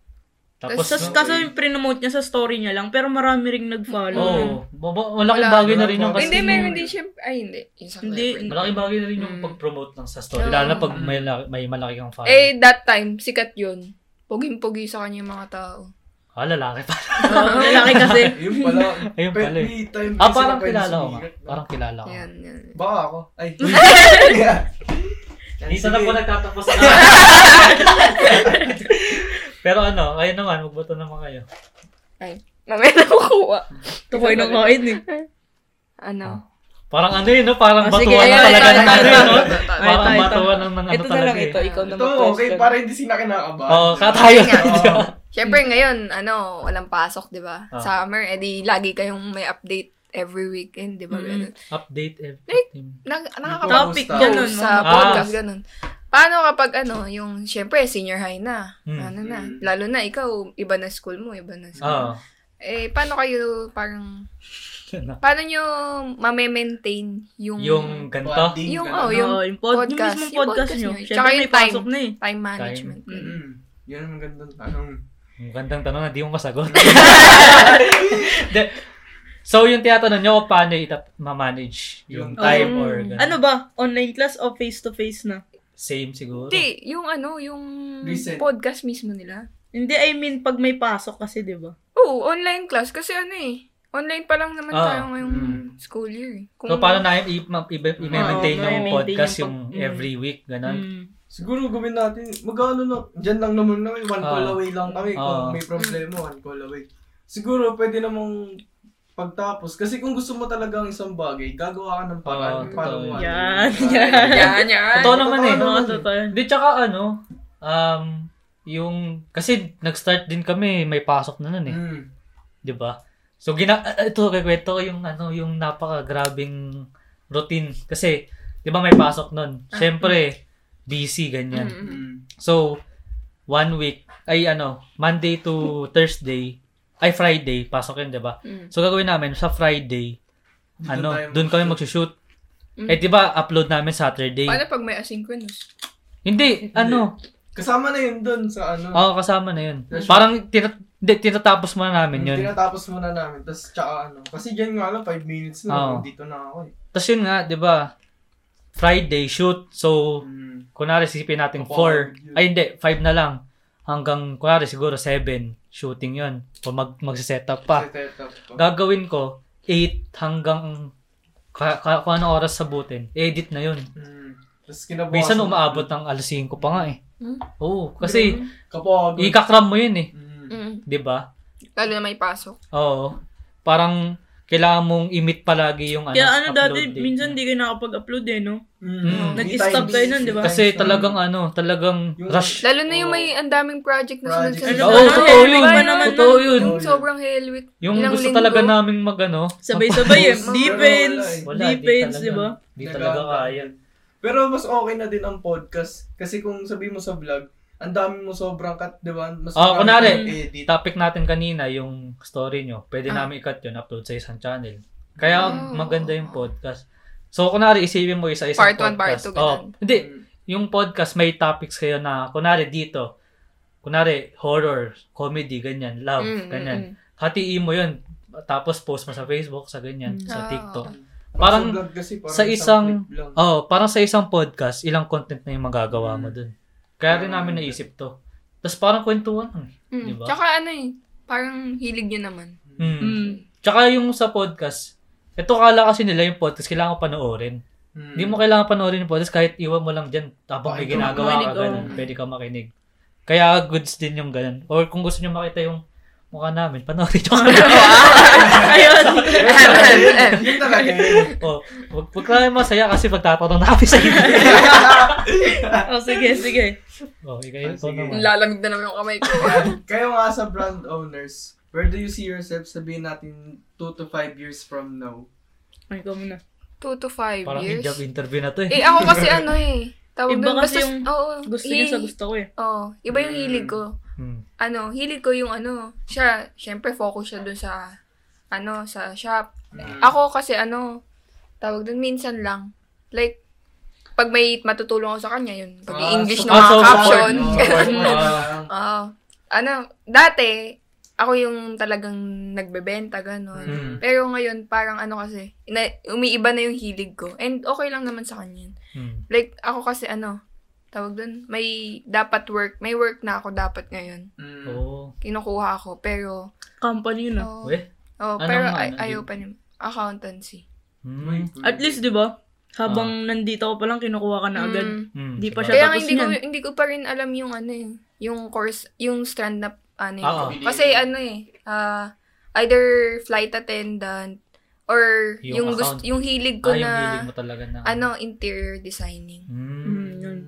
tapos, Tapos no, kaso yung prinomote niya sa story niya lang, pero marami ring nag-follow. oh, <laughs> baba, malaking Wala, bagay na wala rin yung po. kasi hindi, yung- meron din siya. Ay, hindi. Yung sa Hindi. Clever. Malaking bagay na rin yung Mm. pag-promote ng sa story. Oo. Lalo na pag may, la- may malaki kang fan. Eh, that time, sikat yun. Puging-pugi sa kanya yung mga tao. Ah, lalaki pa. <laughs> Oo, lalaki kasi. Ayun pala. <laughs> Ayun Pe- pala eh. may time Ah, kasi parang na pwede kilala ko nga. sumigat na. Parang kilala ko. Yan, yan. Baka ako. Ay. Dito na po nagtatapos <laughs> na. <laughs> Pero ano, ayun naman, magboto naman kayo. Mamaya na <laughs> kukuha. Tukoy ng kain eh. Ano? Parang ano yun, no? parang Ah, sige, batuan na ayun, talaga ayun, ng ano ayun, yun, no? ayun. Ay, Parang ito, ito. batuan ng ng ano Ito na talaga lang eh. ito, ikaw na Ito, okay. mag-question. Para hindi sila kinakabahan. Oo, katayo. Ayun nga. Oo. Siyempre ngayon, ano, walang pasok, di ba? Ah. Summer, edi lagi kayong may update every weekend, di ba? Mm. Ganun. Update every Like, time. Nag- nakakapag Topic, Kamusta? ganun. sa Ah. podcast, ganun. Paano kapag ano, yung, siyempre, senior high na, Hmm. ano na, Hmm. lalo na ikaw, iba na school mo, iba na school. Oo. Eh, paano kayo, parang, paano nyo mame-maintain yung, Yung ganito. yung, Ganun. oh, yung Oo, yung, pod, yung podcast. mismong Yung podcast, podcast nyo. nyo. Siyempre Tsaka may yung time. pasok na eh. time management? Mm. Mm. Yan ang magandang tanong. Ang gandang tanong, hindi mo masagot. <laughs> De- so, yung tinatanong nyo, kung paano itap- ma-manage yung Yung time time. or ganun. Ano ba? Online class o face-to-face na? Same siguro. Hindi, yung ano, yung Recent. podcast mismo nila. Hindi, I mean, pag may pasok kasi, di ba? Oo, online class kasi ano eh. Online pa lang naman Ah, tayo ngayong mm. school year. eh. Kung, So, paano na i- ma- i- i- maintain yung Oo, ma-maintain podcast yung yung pag- mm. every week, ganun? Mm. Siguro gawin natin, mag-ano na, dyan lang naman kami, one Ah. call away lang kami. Ah. Kung may problema, one call away. Siguro pwede namang pagtapos. Kasi kung gusto mo talaga ang isang bagay, gagawa ka ng paraan. Ah, para totoo. mo ano. Yan, Para- yan. Yan, yan. Totoo naman eh. Oo, Ano? totoo. Hindi, tsaka ano, um, yung, kasi nag-start din kami, may pasok na nun eh. Mm. Di ba? So, gina, ah, ito, kikwento ko yung, ano, yung napaka-grabing routine. Kasi, di ba may pasok nun? Ah, Siyempre, busy, ganyan. Mm. Mm. So, one week, ay ano, Monday to Thursday, ay Friday, pasok yun, di ba? Mm. So, gagawin namin, sa Friday, Dito ano, tayo doon kami mag-shoot. mag-shoot. Mm. Eh, di ba, upload namin Saturday. Paano pag may asynchronous? Hindi, Ah. ano, Kasama na yun doon sa ano. oo, kasama na yun. Yes. Parang, tina- hindi, tinatapos muna namin yun. Tinatapos muna namin. Tapos tsaka ano. Kasi dyan nga lang, 5 minutes na. Oo. Dito na ako eh. Tapos yun nga, di ba, Friday shoot, so, Mm. kunwari sisipin natin Opo, 4. yun. Ay hindi, 5 na lang. Hanggang kunwari siguro 7 shooting 'yon. O mag magse-setup pa. Set up ko. Gagawin ko 8 hanggang ka, ka, kung anong oras sabutin. Edit na 'yon. Mm. Tapos kinabukasan. Minsan umaabot ng alas 5 pa nga eh. Hmm? Oo, kasi Kapag. ikakram mo 'yun eh, Mm. Mm. 'di ba? Lalo na may pasok. Oo. Parang kailangan mong i-meet palagi yung ano. Kaya ano upload dati, date minsan niya. di kayo nakapag-upload eh, <laughs> no? Mm. Nag-stop kayo nun, di ba? kasi talagang ano, talagang Yung- rush. Lalo na yung Oo. may ang daming project na Project. sunod-sunod. Oo, Ano ba? totoo Hell yun. week ba naman Totoo yun. Yung sobrang hell week. Yung Ilang gusto linggo. talaga naming mag ano. Sabay-sabay eh. Pero Defense, Wala, di defense, talaga. di ba? Di talaga kaya. Pero mas okay na din ang podcast. Kasi kung sabi mo sa vlog, ang dami mo sobrang cut, di ba? Mas Ah, marami kunwari. kang edit. Topic natin kanina, yung story nyo, pwede Ah. namin i-cut yun, upload sa isang channel. Kaya Oh. maganda yung podcast. So, kunwari, isipin mo isa isang Part one, part podcast. two, Oh, ganun. hindi, Mm. yung podcast, may topics kayo na, kunwari dito, kunwari, horror, comedy, ganyan, love, Mm, mm, ganyan. mm. Hatiin mo yun, tapos post mo sa Facebook, sa ganyan, sa Ah, TikTok. oo. Parang sa, vlog kasi, sa isang- clip lang. Oh, parang sa isang podcast, ilang content na yung magagawa mo Mm. dun. Kaya rin Ah, namin okay. naisip to. Tapos parang kwentuhan lang. Mm. Diba? Tsaka ano eh, parang hilig nyo <laughs> naman. Mm. Hmm. Mm. Tsaka yung sa podcast, ito kala kasi nila yung podcast kailangan panoorin. Hmm. Mm. Hindi mo kailangan panoorin yung podcast kahit iwan mo lang dyan tapos may Ay, ginagawa ka makinig, ganun. oh. Pwede ka makinig. Kaya goods din yung ganun. Or kung gusto nyo makita yung mukha namin, panoorin nyo kami. <laughs> Oh, ah! Ayun. <laughs> Yun talaga eh. yun. o, Oh, wag, wag lang yung masaya kasi magtatanong na kami sa inyo. <laughs> oh, sige, sige. o, ikaw yung Ah, sige. naman. Lalamig na naman yung kamay ko. <laughs> Kayo nga sa brand owners, where do you see yourself sabihin natin 2 to 5 years from now? Ay, ikaw muna. Two to five Parang years. job interview na to eh. Eh, ako kasi ano eh. Tawag Iba doon, kasi basta- yung oo, Gusto niya hi- sa gusto ko eh. Oo, iba yung hilig ko. Eh. Hmm. ano, hilig ko yung ano, siya, syempre focus siya dun sa, ano, sa shop. Ako kasi ano, tawag dun minsan lang. Like, pag may matutulong ako sa kanya, yun. Pag english ng Ah, mga so caption. support. <laughs> <laughs> Oo. ano, dati, ako yung talagang nagbebenta, gano'n. Hmm. Pero ngayon, parang ano kasi, na, umiiba na yung hilig ko. And okay lang naman sa kanya. yun. Hmm. Like, ako kasi ano, tawag dun, may dapat work, may work na ako dapat ngayon. Mm. Hmm. Oo. Kinukuha ko, pero Company yun ah. Oo. Weh. Oo, Anong pero ano, ay, di- ayaw pa niya. Accountancy. Hmm. At least, di ba? Habang Ah. nandito ko pa lang, kinukuha ka na agad. Mm. Hmm. Di Diba? pa siya- Kaya nga tapos hindi ko, niyan. hindi ko pa rin alam yung ano eh, yung course, yung strand na ano eh. Oo. Kasi ano eh, ah, either flight attendant or Yung yung, account. gust, yung hilig Ah, ko yung na hiling mo talaga na. ano, interior designing. Hmm. Mm, yun.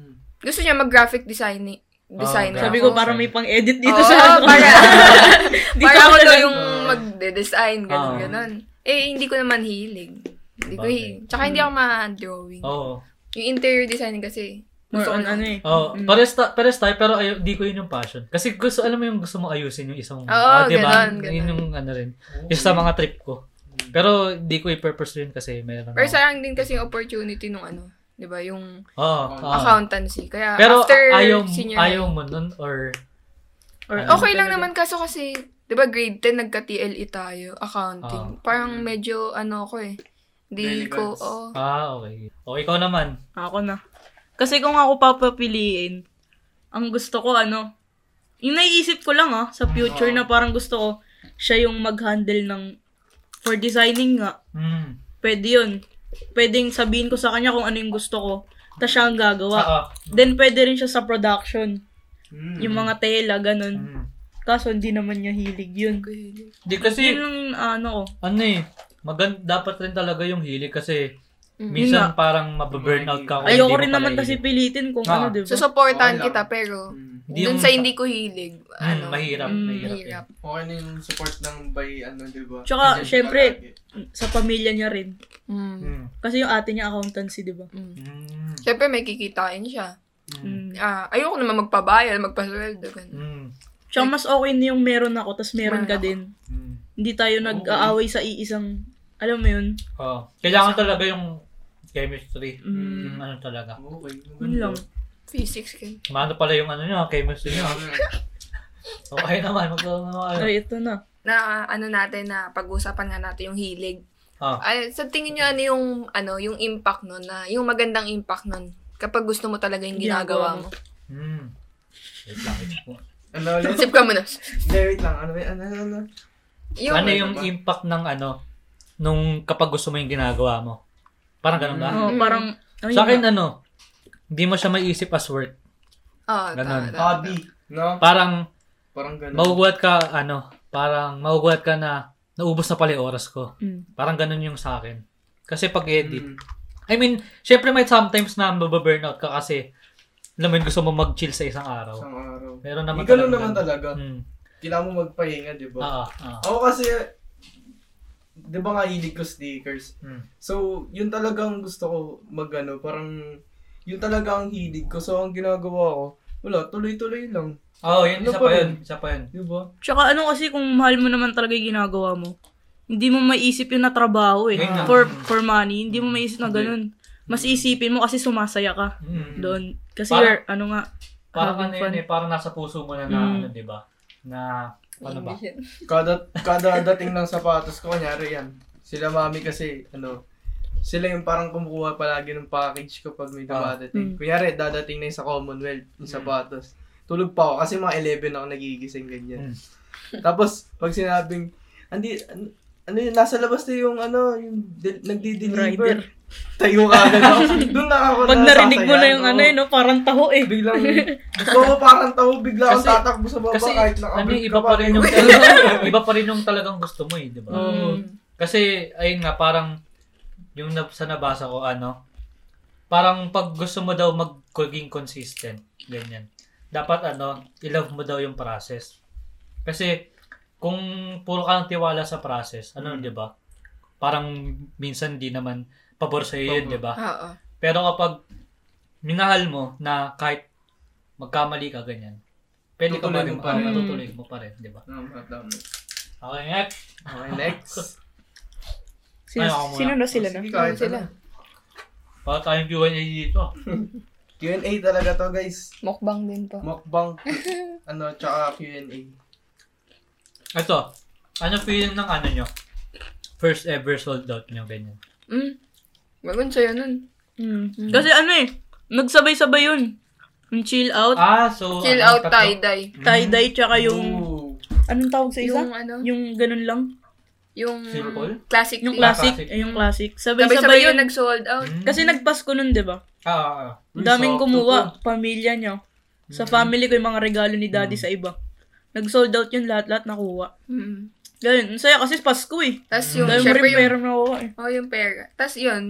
Gusto niya mag-graphic designing. Designer. Ah, graphic. Sabi Ako. ko, parang may pang-edit dito dito Oo, sa... ano. para, <laughs> Dito <laughs> para ako talaga- daw yung Oo. magde-design, ganun, Oo. ganun. Eh, hindi ko naman hilig. Hindi ko Bagay. Hmm. Oh. hilig. Tsaka hindi ako ma-drawing. Oo. Yung interior design kasi. More gusto ko on na- ano eh. Oh, Mm. pares, ta- pares tayo, pero ayo, di ko yun yung passion. Kasi gusto, alam mo yung gusto mo ayusin yung isang, Oo, Ah, di ba? ganun, ganun. Yun yung ano rin. Yung sa mga trip ko. Pero di ko i-purpose yun kasi meron Pero ako- sarang din kasi yung opportunity nung ano, 'di ba, yung Oo, oo. accountancy. Kaya Ah. Pero after ayaw, senior ayaw mo nun or... Or- ano? Okay lang naman kaso kasi 'di ba grade 10 nagka TLE E tayo, Ah, accounting. Parang medyo ano ko eh. Hindi ko oh, Relevance. oo. Ah, okay. O, ikaw naman. Ako na. Kasi kung ako papapiliin, ang gusto ko ano, yung naiisip ko lang ah, sa future na parang gusto ko, siya yung mag-handle ng, for designing nga, Mm. pwede yun. Pwedeng sabihin ko sa kanya kung ano yung gusto ko, tapos siya ang gagawa. Saka, Then pwede rin siya sa production, Mm. yung mga tela, ganun. mm. Kaso hindi naman niya hilig yun. Di kasi, Yun lang ano ko. ano eh, magan dapat rin talaga yung hilig kasi Mm. minsan parang mababurnout ka. kung Ayoko hindi mo rin naman pala kasi hilig. pilitin kung Ah. ano, di ba? Susuportahan Okay lang. kita pero Mm. Hindi dun yung- sa hindi ko hilig, Mm, ano, mahirap, Mm, mahirap. yun. mahirap. Okay na yung support ng by ano, di ba? Tsaka, Andyan ka syempre, lagi. sa pamilya niya rin. Mm. Mm. Kasi yung ate niya accountancy, di ba? mm. Mm. Siyempre may kikitain siya. Mm. Mm. Ah, ayoko naman magpabayad, magpasweldo ganun. Mm. Tsaka mas okay na yung meron ako, tas meron Meron ka ako. din. Mm. Hindi tayo nag-aaway sa iisang, alam mo yun? Oo. Oh, Kailangan talaga yung chemistry. Mm. Yung ano talaga. Okay. Yun lang. Physics kan. Maano pala yung ano niya, chemistry niya. Okay naman, magkaroon naman kayo. Ay, ito na. na ano natin na pag-usapan nga natin yung hilig. Ah. Ay, sa tingin niyo ano yung ano yung impact nun na yung magandang impact nun kapag gusto mo talaga yung ginagawa mo. Mm. Wait lang, wait lang. Ano ulit? Sip ka muna. Hindi, wait lang. Ano, ano, ano, ano? Yung ano yung impact ng ano, nung kapag gusto mo yung ginagawa mo? Parang ganun ba? Oo, parang, ayun Sa akin Mm. na. ano, hindi mo siya maiisip as work. Ah, tama, Ganun. tama. Hobby. No? Parang, Parang ganun. magugulat ka, ano, parang magugulat ka na, naubos na pala yung oras ko. Mm. Parang ganun yung sa akin. Kasi pag edit, Mm. I mean, syempre may sometimes na mababurnout ka kasi alam mo yun, gusto mo mag-chill sa isang araw. Isang araw. Meron Hindi naman ganun naman talaga. Mm. Kailangan mo magpahinga, di ba? Ah, ah. Ako kasi, di ba nga hilig ko sneakers? Mm. So, yun talagang gusto ko magano, parang yun talaga ang hilig ko. So, ang ginagawa ko, wala, tuloy-tuloy lang. Oo, Oh, yun, Ano isa pa Diba? pa yun. yun? Isa pa yun. Di ba? Tsaka ano kasi kung mahal mo naman talaga yung ginagawa mo, hindi mo maiisip yung natrabaho eh. Yun nga. For, for money, hindi mo maiisip na ganun. Mas isipin mo kasi sumasaya ka Mm. doon. Kasi Parang- you're, ano nga, Parang ano having yun fun. eh, parang nasa puso mo na na Mm. ano, di ba? Na, ano ba? Kada, kada dating ng sapatos ko, kanyari yan. Sila mami kasi, ano, sila yung parang kumukuha palagi ng package ko pag may Ah. Mm. dumadating. Kunyari, Hmm. Hmm. dadating na yung sa Commonwealth, yung sapatos. Tulog pa ako kasi mga 11 ako nagigising ganyan. Mm. Tapos, pag sinabing, hindi, an- ano yun, nasa labas na yung ano, yung del- Rider. nagdi-deliver. Tayo ka <laughs> agad ako. Doon lang ako Pag narinig mo na yung ano nasasayan, eh, oo. no? Parang taho eh. Biglang, gusto ko parang tao, bigla akong Kasi- tatakbo sa baba Kasi kahit ano, eh, nakabreak iba ka pa rin <laughs> yung iba pa rin yung talagang gusto mo eh, 'di ba? Mm. Kasi ayun nga parang yung na, sa nabasa ko ano, parang pag gusto mo daw magiging consistent, ganyan. Dapat ano, i-love mo daw yung process. Kasi kung puro ka lang tiwala sa process, ano, Mm. 'di ba? Parang minsan di naman pabor sa yun, Pabor. 'di ba? Oo. Pero kapag minahal mo na kahit magkamali ka ganyan, pwede ka pa Tutuloy rin mo pa rin. matutuloy mo pa rin, di ba? Tama, tama. Okay, next. Okay, <laughs> next. Sino, Ay, ako muna. sino na sila na? Sige, kahit Sino sila? ano. Para tayong Q&A dito. Q&A talaga to, guys. Mukbang din to. <laughs> Mukbang, ano, tsaka Q&A. Ito, ano feeling ng ano nyo? First ever sold out nyo, ganyan. Mm. Wagon sa'yo nun. Hmm. Kasi ano eh, nagsabay-sabay yun. Yung chill out, Ah, so... Chill ano, out tatlo- tie-dye. tie-dye, tsaka yung... Ooh. Anong tawag sa isa? Yung ano? Yung ganun lang. Yung Simple? classic Yung tea. classic. classic. eh, Yung classic. Sabay-sabay Sabay-sabay yun, yun. nag-sold out. Mm. Kasi nagpasko nun, di ba? Ah, ah, ah. Uy, Daming sakto kumuha. Pamilya niya. Sa family ko yung mga regalo ni daddy Mm. sa iba. Nag-sold out yun lahat-lahat nakuha. Hmm. Mm. Ganun. Ang saya kasi Pasko eh. Tapos yung, Dahil mo syempre rin yung, meron nakuha eh. oh, yung pera. Tapos yun,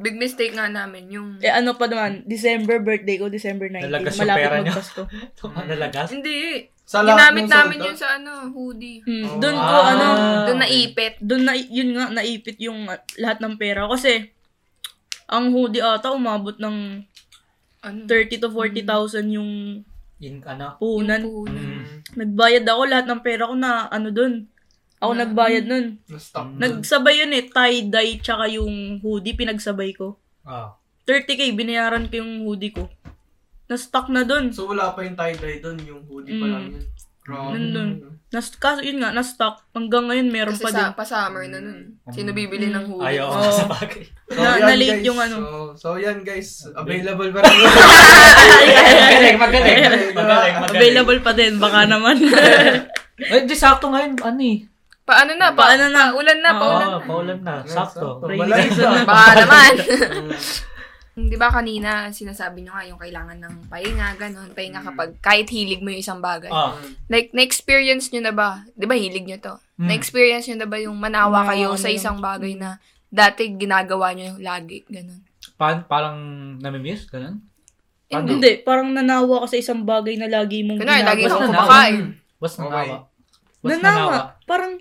big mistake nga namin, yung, Eh ano pa naman, December birthday ko, December 19. Nalagas yung Malapit pera niya. magpasko. Ito Mm. ka nalagas? hindi, Sa lahat ginamit ng namin sold yun sa ano, hoodie. Hmm. Oh. Doon ko Ah. ano, Doon okay. naipit. doon na, yun nga, naipit yung ah, lahat ng pera. ko. Kasi, ang hoodie ata umabot ng Ano? 30 to 40,000 yung In, ano? Mm. puhunan. Puhunan. Mm. Nagbayad ako lahat ng pera ko na ano doon. Ako nagbayad nun. Na-stop. Nagsabay yun eh, tie-dye tsaka yung hoodie pinagsabay ko. Ah. 30k binayaran ko yung hoodie ko. Na-stuck na doon. So wala pa yung tie-dye doon, yung hoodie pa Mm. lang yun. Grabe. Nandun. Nas kaso yun nga, na-stuck. Hanggang ngayon meron Kasi pa din. sa, pa-summer na nun. Sino bibili ng hoodie? Mm. Ayaw ako Oo. sa bagay. So, Na- yan, na-late guys. yung ano. So, so yan guys, available pa rin. Magaling, Magaling, magaling. magaling. Magaling, magaling. Available pa din, baka <laughs> naman. Eh, di sakto ngayon, ano eh. Paano na? Pa, Paano na? Paulan na, Oo. paulan Oo, na. paulan na. <laughs> Sakto. Malayo Baka na. <laughs> naman. Mm. <laughs> Di ba kanina, sinasabi nyo nga yung kailangan ng pahinga, ganun. Pahinga kapag kahit hilig mo yung isang bagay. Mm. Ah. Like, na-experience nyo na ba? Di ba hilig nyo to? Mm. Na-experience nyo na ba yung manawa Manawa kayo na sa yun. Mm. isang bagay na dati ginagawa nyo lagi? Ganun. Pa- parang namimiss, ganun? Paano? Hindi, parang nanawa ka sa isang bagay na lagi mong Kunwari, lagi Basta kang nanawa. kumakain. Mm. Basta Okay. nanawa. Basta nanawa. Nanawa. Parang,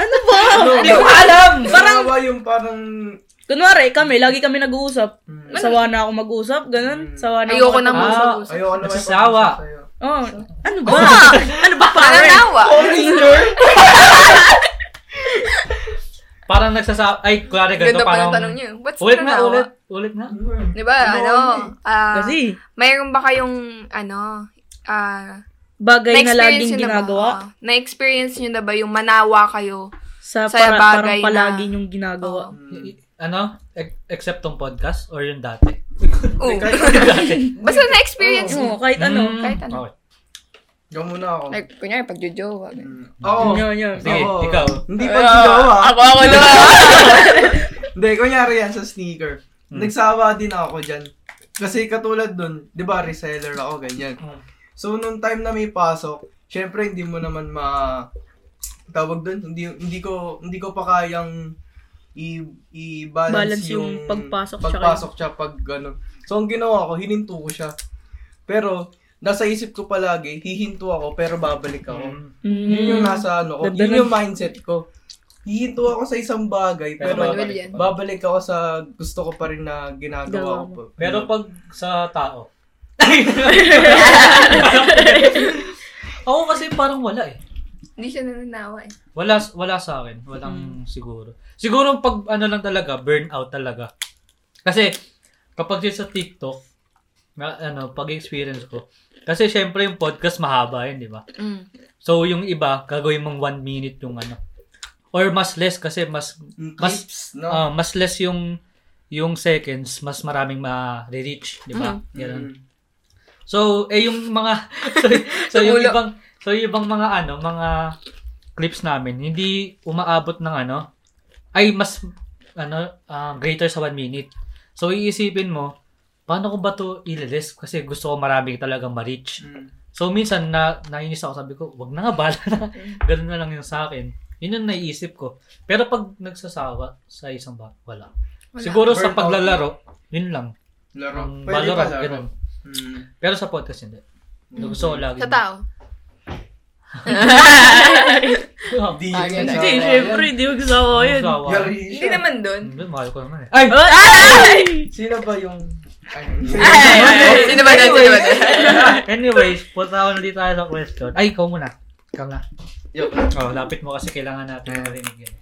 ano ba? Ano? Hindi ko alam. Parang, Parang ba yung parang... kunwari, kami, lagi kami nag-uusap. Mm, Sawa na ako mag-usap, ganun. Mm. Sawa na Ayoko ako na Ah, busa-busa. Ayoko na may Nagsasawa. pag-usap sa'yo. Oh, ano <laughs> ba? ano ba, pare? Nanawa. <laughs> Parang nagsasa... Ay, kunwari ganito, Ganda pa parang... ng tanong nyo. What's Ulit na, nanawa? ulit. Ulit na. Di ba, ano? ah, Kasi, mayroon ba kayong, ano, ah, bagay na na-experience laging nyo na ba? ginagawa. Oo. na-experience nyo na ba yung manawa kayo? Sa, Sa para, bagay parang na- palagi niyong ginagawa. Y- y- Ano? E- Except tong podcast or yung dati? Oo. Kahit dati. <laughs> Basta na-experience Oo, mo. kahit ano. Mm, kahit ano. Okay. Ikaw muna ako. Like, kunyari, pagjojowa. ganun. Mm. Oo. Yun, yun. Sige, Ako. ikaw. Hindi pa ginawa. ah, Ako, <laughs> ako na. Hindi, kunyari yan sa sneaker. Mm. Nagsawa din ako dyan. Kasi katulad dun, di ba, reseller ako, ganyan. Mm. So, nung time na may pasok, syempre, hindi mo naman ma... Tawag dun, hindi, hindi ko, hindi ko pa kayang i, i-balance Balance yung yung, pagpasok tsaka pagpasok siya pag gano'n. So, ang ginawa ko, hininto ko siya. Pero, nasa isip ko palagi, hihinto ako, pero babalik ako. Mm. Yun yung Mm. nasa ano ko, Ganda yun nun. yung mindset ko. Hihinto ako sa isang bagay, Pero pero Manuel babalik yan. pa. babalik ako sa gusto ko pa rin na Gawa ginagawa mo. ko. pa. Pero pag sa tao. Ako kasi parang wala eh. Hindi siya nananawa eh. Wala wala sa akin, walang siguro. Siguro pag ano lang talaga, burnout talaga. Kasi kapag yun sa TikTok, na, ano, pag-experience ko. Kasi syempre yung podcast mahaba yun, di ba? Mm. So yung iba, gagawin mong one minute yung ano. Or mas less kasi mas Mm, Mas- clips, no? ah, mas less yung yung seconds, mas maraming ma-reach, di ba? Ganun. Mm. So, eh yung mga <laughs> so, so yung Ulo. ibang So, yung ibang mga ano, mga clips namin, hindi umaabot ng ano, ay mas ano, ah, greater sa one minute. So, iisipin mo, paano ko ba to ililist? Kasi gusto ko maraming talaga ma-reach. Mm. So, minsan na, nainis ako, sabi ko, wag na nga, bala <laughs> na. <laughs> Ganun na lang yung sa akin. Yun yung naiisip ko. Pero pag nagsasawa sa isang ba, wala. Wala. Siguro sa Burnout. paglalaro, yun lang. Laro. Ang Pwede Mm. ba Valorant, laro? ganun. Mm. Pero sa podcast, hindi. Gusto ko lagi. Sa tao. Oo. Di. Ah, ganun. Hindi, syempre, hindi Oh, magsawa yun. Sawa. Yari Hindi siya. naman doon. Hindi, mahal ko naman eh. Ay! Sino ba yung... Ay, Ah! Ay, sino ba na? Sino ba na? <laughs> Anyways, punta ako na dito tayo sa question. Ay, ikaw muna. Ikaw na. Yo. Oh, lapit mo kasi kailangan natin marinig yun.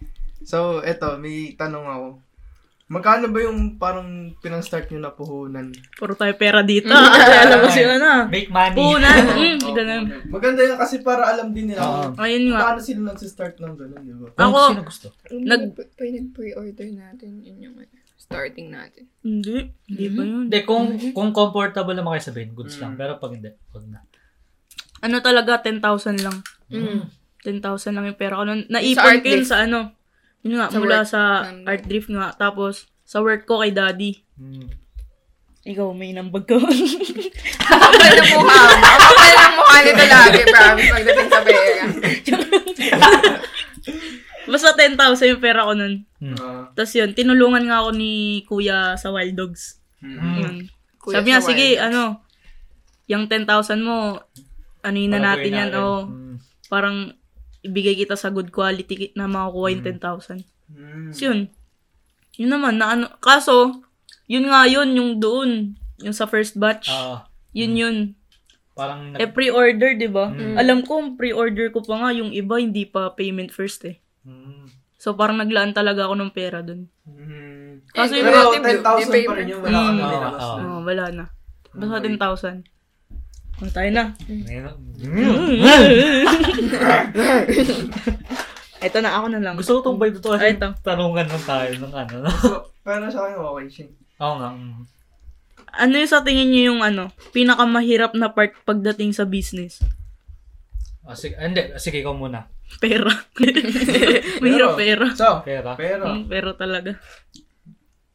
So, eto, may tanong ako. Magkano ba yung parang pinang-start nyo na puhunan? Puro tayo pera dito. Hmm. Kasi alam mo sila na. Make money. Punan. Mm, ganun. Maganda yan kasi para alam din nila Oo. kung Ayun nga. paano sila nagsistart ng ganun, di ba? Kung Ako- sino gusto. Nag- Pinag-pre-order natin yun yung ano, starting <laughs> natin. Hindi. Hindi Hmm. ba yun? Hindi, kung, Mm-hmm. kung comfortable naman kayo sabihin, goods lang. Mm. Pero pag hindi, huwag na. Ano talaga, 10,000 lang. Mm. 10,000 lang yung pera ko. Nun- Naipon art ko yun drift. sa ano. Yun nga, Sa mula work sa namin. art drift nga. Tapos, sa work ko kay daddy. Mm. Ikaw, may inambag ka. Kapal na mukha mo. Kapal na mukha nito lagi, promise, pagdating sa pera. <laughs> Basta 10,000 yung pera ko nun. Mm. Ah, Tapos yun, tinulungan nga ako ni kuya sa Wild Dogs. mm. Mm. Yun. Kuya Sabi niya, sa sige, wine. ano, yung 10,000 mo, ano yun na Para natin gawin yan, oh. natin. o Mm. parang ibigay kita sa good quality ki- na makukuha yung 10,000. Mm. So yun, yun naman, na ano, kaso, yun nga yun, yung doon, yung sa first batch, Ah, yun yun. parang nag... Eh, pre-order, di ba? Mm. Alam ko, yung pre-order ko pa nga, yung iba, hindi pa payment first eh. Mm. So, parang naglaan talaga ako ng pera doon. Mm. Kaso yun, Pero Relative, 10,000 pa rin di-payment. yung wala ka Mm. na nilabas Oo, na. oh, wala na. Basta 10,000. Oh, tayo na. <laughs> Ngayon- Mm. Ito na, ako na lang. Gusto ko itong vibe to kasi Ay, ito. tarungan lang tayo ng ano. <laughs> So, pero sa akin, okay siya. Oo nga. mm. Ano yung sa tingin niyo yung ano, pinakamahirap na part pagdating sa business? Ah, sige, ah, hindi, sige, ikaw muna. Pera. <laughs> Mahirap pera. So, Pera. pero, Mm, Pera talaga.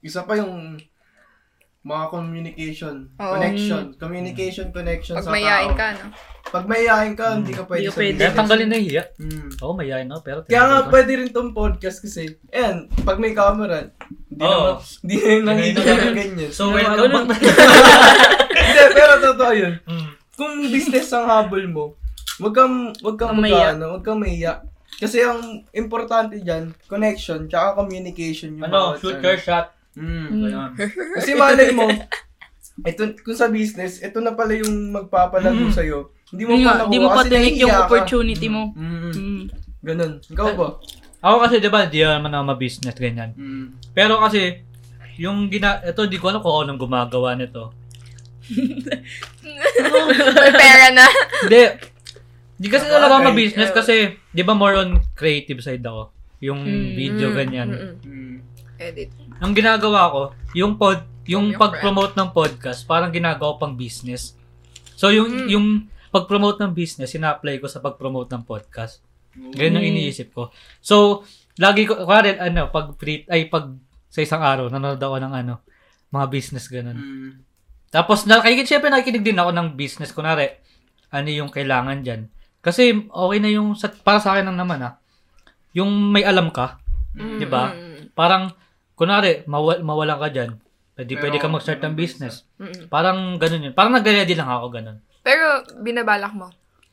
isa pa yung mga communication, Oo. Mm. connection, communication, connection Pag sa mayain tao. ka, no? Pag mayayain ka, hindi Mm. ka pwede Hindi ka pwede. Kaya business. tanggalin na yung hiya. Mm. Oo, mayayain ako, pero... Kaya nga, tanggalin pwede rin tong podcast kasi, ayan, pag may camera, hindi Oo. na, hindi na yung nangito Hindi na- na ganyan. na. So, welcome Ano back. Hindi, pero totoo yun. <laughs> Mm. Kung business ang habol mo, wag kang, wag kang Ang mahiya. maya. Ano, wag kang mahiya. Kasi ang importante dyan, connection, tsaka communication. yung Ano, bawat shoot ano. your shot. Mm. Ganyan. Kasi <laughs> malay mo, ito, kung sa business, ito na pala yung Mm. magpapalago sa'yo. Hindi mo Yun pa nga, nakuha di mo pa kasi tinik yung nahihiya ka. opportunity mo. Mm. Mm. Ganun. Ikaw ba? Ako kasi, di ba, di naman ako ma-business, ganyan. Mm. Pero kasi, yung gina... Ito, di ko alam kung anong gumagawa nito. May pera na. Hindi. Di kasi talaga ako Okay. ma-business kasi, di ba, more on creative side ako. Yung Mm. video, ganyan. Mm-mm. Mm. Edit. Ang ginagawa ko, yung pod, yung Yung pag-promote ng podcast, parang ginagawa ko pang business. So, yung, Mm. yung pag-promote ng business, ina-apply ko sa pag-promote ng podcast. Ganyan yung Mm. iniisip ko. So, lagi ko, kuwari, ano, pag free, ay, pag sa isang araw, nanonood ako ng ano, mga business ganun. Mm. Tapos, na, kaya syempre nakikinig din ako ng business. Kunwari, ano yung kailangan dyan. Kasi, okay na yung, sa, para sa akin lang naman ah, yung may alam ka, di ba? Mm-mm. Parang, kunwari, mawal, mawalan ka dyan, pwede, Pero, pwede ka mag-start ng walang business. Mm, Mm-mm. Parang ganun yun. Parang nag-ready lang ako ganun. Pero, binabalak mo.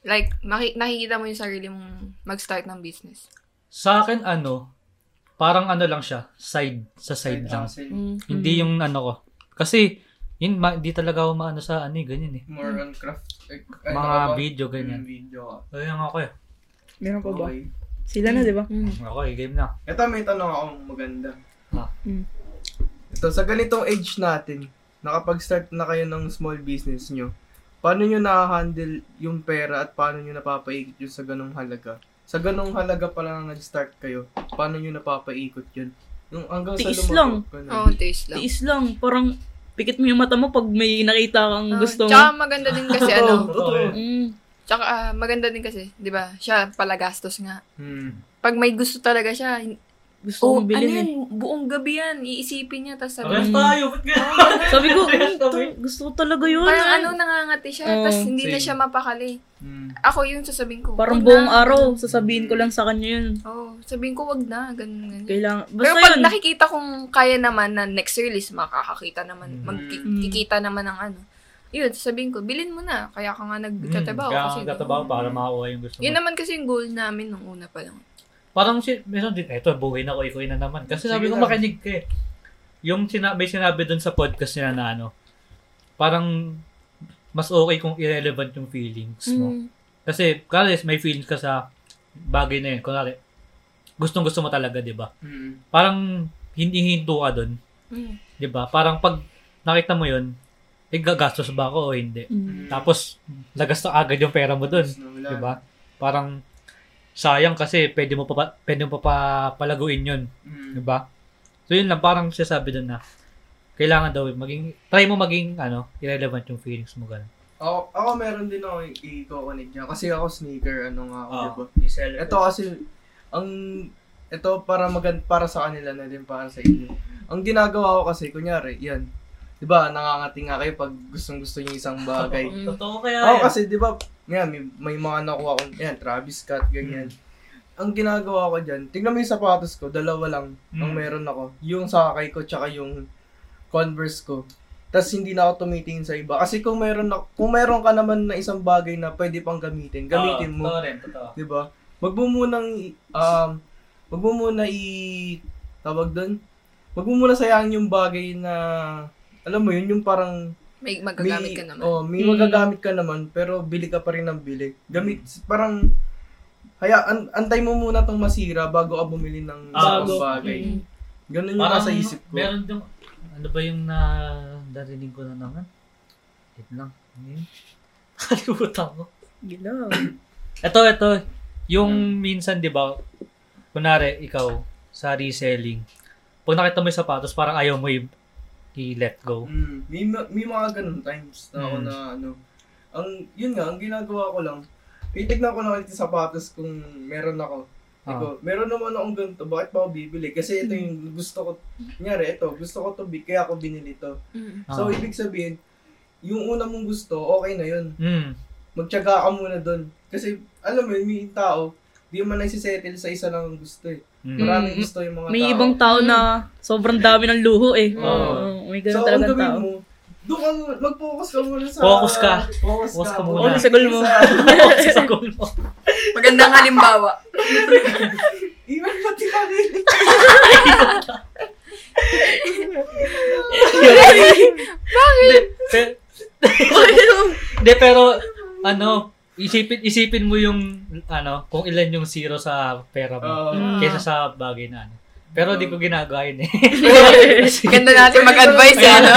Like, maki- nakikita mo yung sarili mong mag-start ng business. Sa akin, ano, parang ano lang siya, side, sa side lang. Kasi Mm. Hindi yung ano ko. Kasi, yun, ma- di talaga ako maano sa ano eh, ganyan eh. more on craft. eh, ano Mga ka ba? video, ganyan. Mm, video ka. Ayun ako eh. Meron pa ba? Okay. Sila na, di ba? Mm. Okay, eh, game na. Ito may tanong akong maganda. Ah. Mm. Ito, sa ganitong age natin, nakapag-start na kayo ng small business nyo, paano nyo na-handle yung pera at paano nyo napapaikot yun sa ganong halaga? Sa ganong halaga pa lang nag-start kayo, paano nyo napapaikot yun? Yung hanggang sa Tiis lumaki. lang. Oo, taste lang. Tiis lang. Parang, pikit mo yung mata mo pag may nakita kang Oo, gusto Ah, Tsaka mo. <laughs> maganda din kasi ano, Oh, Totoo. Mm. Tsaka ah, maganda din kasi, di ba? Siya palagastos nga. Hmm. Pag may gusto talaga siya, hin- Gusto oh, kong ano bilhin eh. yan, buong gabi yan, iisipin niya, tapos sabi, Parehas tayo, ba't <laughs> ganun? Sabi <laughs> ko, "Ay, ito, gusto ko talaga yun. Ano parang ano, nangangati siya, Oo, tapos hindi na same. siya mapakali. Hmm. Ako yung sasabihin ko, Parang "Wag buong na." araw, sasabihin ko lang sa kanya yun. Oo, sabihin ko, wag na, ganun, ganun. Kailangan, Pero basta pag yun. nakikita kong kaya naman na next release, makakakita Mm. naman, magkikita naman ng ano. Yun, sasabihin ko, bilhin mo na. Kaya ka nga Mm, nagtatabaw. Kaya kasi ang tatabaw oh, para makuha yung gusto mo. Yun naman kasi yung goal namin nung una pa lang. Parang si, meron din, eto, buhay na ko, ikoy na naman. Kasi sabi Sige ko lang. makinig ka eh. Yung sina- may sinabi dun sa podcast nila na ano, parang mas okay kung irrelevant yung feelings mo. Mm. Kasi, kasi may feelings ka sa bagay na yun. Kunwari, gustong gusto mo talaga, di ba? Hmm. Parang hinihinto ka dun, Mm. di ba? Parang pag nakita mo yun, eh, gagastos ba ako o hindi? Mm. Tapos, lagas na agad yung pera mo dun. Hmm. Wala. Diba? Parang sayang kasi pwede mo pa pwede mo pa palaguin 'yun, Hmm. 'di ba? So yun lang parang sinasabi doon na kailangan daw maging try mo maging ano, irrelevant yung feelings mo ganun. Ako, ako meron din ako i- i-connect niya. Kasi ako sneaker, ano nga ako, Oo. diba? Ito kasi, ang, ito para magan para sa kanila na din, para sa inyo. Ang ginagawa ko kasi, kunyari, yan. Diba, nangangating nga kayo pag gustong gusto niyo isang bagay. <laughs> Totoo kaya. Ako kasi, di ba, ngayon, may, may mga nakuha ko, yan, Travis Scott, ganyan. Ang ginagawa ko dyan, tingnan mo yung sapatos ko, dalawa lang ang Mm. meron ako. Yung sakay ko, tsaka yung Converse ko. Tapos hindi na ako tumitingin sa iba. Kasi kung meron, na, kung meron ka naman na isang bagay na pwede pang gamitin, gamitin mo. Totoo rin, totoo. Di ba? Diba? Wag mo munang, i- um, wag mo muna i, tawag doon, wag mo muna sayangin yung bagay na, alam mo yun, yung parang May magagamit ka naman. Oh, may Hmm. Mm. magagamit ka naman, pero bili ka pa rin ng bili. Gamit, Hmm. parang, haya, an- antay mo muna tong masira bago ka bumili ng Ah, isang bago. bagay. Mm. Ganun yung Parang nasa isip ko. Meron yung ano ba yung na darinig ko na naman? Wait lang. Ano yun? <laughs> Nakalimutan ko. Gilaw. Ito, ito. Yung minsan, di ba, kunwari, ikaw, sa reselling, pag nakita mo yung sapatos, parang ayaw mo i- i-let go. Mm, may, ma- may mga ganun times na ako Mm. na ano. Ang, yun nga, ang ginagawa ko lang, titignan ko na ulit yung sapatos kung meron ako. Ah. Ikaw, meron naman akong ganito, bakit pa ako bibili? Kasi ito yung gusto ko, nyari, ito, gusto ko to, bi- kaya ako binili to. Mm. Ah. So, ibig sabihin, yung una mong gusto, okay na yun. Mm. magtiyaga ka muna doon. Kasi, alam mo, yun, may tao, di man nagsisettle sa isa lang ang gusto eh. Mm. Maraming Mm. gusto yung mga May tao. ibang tao Mm. na sobrang dami ng luho eh. Oo. Oo, may ganun so, ang talagang gawin tao. mo, doon ka, muna- mag-focus ka muna sa... Focus ka. Focus, Focus ka ka muna. Ano sa goal mo? <laughs> Sa- Sa goal mo. Magandang halimbawa. Even pati ka <laughs> rin. Pe- <laughs> Hindi, pero, ano, isipin isipin mo yung ano kung ilan yung zero sa pera mo Oo. kaysa sa bagay na ano. Pero di ko ginagawa yun eh. <laughs> Ganda natin mag-advise eh, ano?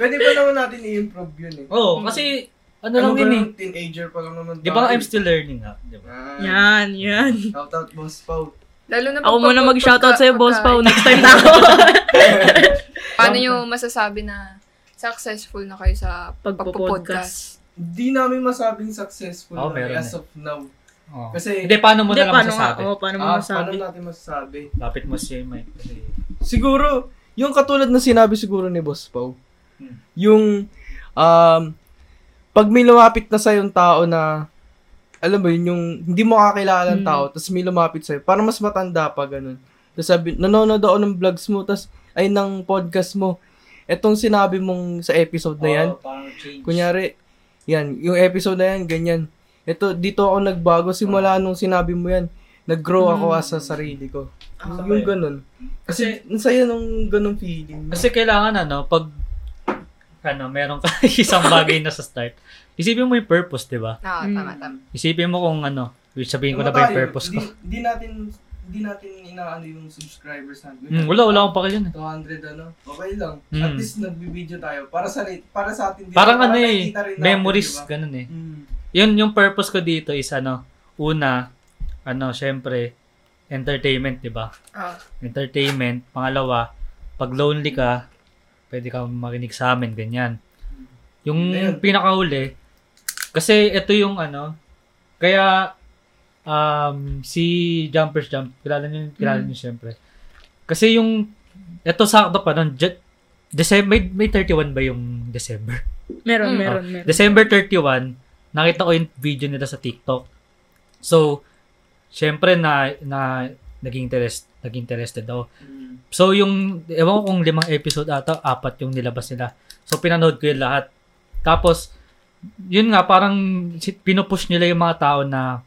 Pwede pa naman natin i-improve yun eh. Mm. Oo, kasi ano Ano lang ba yun eh. yung teenager pa lang naman Di ba tayo? I'm still learning nga, di ba? Ah, Yan, yan. Shout out, boss Pau. Lalo na Ako pag- muna pag- mag-shoutout pagka- sa'yo, Boss pagka- Pao. Next time na ako. <laughs> Paano nyo masasabi na successful na kayo sa pagpo-podcast? Pagpo-podcast. Di namin masabing successful Oo, na meron as eh. of now. Oo. Kasi, Hindi, paano mo na Hindi, lang paano nga? masasabi? Oo, paano Ano mo ah, paano masabi? natin masasabi? Lapit mo siya yung mic. Kasi... siguro, yung katulad na sinabi siguro ni Boss Pau, Hmm. yung, um, pag may lumapit na sa'yo yung tao na, alam mo yun, yung hindi mo kakilala ng tao, tapos may lumapit sa'yo, para mas matanda pa, ganun. Tapos sabi, nanonood ako ng vlogs mo, tapos, ay, ng podcast mo, etong sinabi mong sa episode na Ano yan, Oo, parang change. Kunyari, yan, yung episode na yan, ganyan. Ito, dito ako nagbago simula nung sinabi mo yan. Nag-grow ako as sa sarili ko. yung ganun. Kasi, ang saya nung ganun feeling. Kasi kailangan ano, pag ano, meron ka <laughs> isang bagay na sa start, isipin mo yung purpose, di ba? Mm. Ah, tama, tama. Isipin mo kung ano, sabihin ko na ba yung purpose ko? Hindi natin, hindi natin inaano yung subscribers natin. Mm, wala, wala akong pakilin. 200 ano, okay lang. Mm. At least nagbibideo tayo. Para sa para sa atin din. Parang para ano eh, nakikita rin natin, memories, diba? ganun eh. Mm. Yun, yung purpose ko dito is ano, una, ano, syempre, entertainment, di ba? Ah. entertainment. Pangalawa, pag lonely ka, pwede ka makinig sa amin, ganyan. Yung Ayun. pinakahuli, kasi ito yung ano, Kaya, um, si Jumpers Jump, kilala niyo, kilala niyo siyempre. Kasi yung, eto sakto pa nun, Je- December, may, may 31 ba yung December? Meron, Mm. meron, Oh, meron. December 31, nakita ko yung video nila sa TikTok. So, syempre na, na naging, interest, naging interested ako. So, yung, ewan ko kung limang episode ata, apat yung nilabas nila. So, pinanood ko yung lahat. Tapos, yun nga, parang si- pinupush nila yung mga tao na,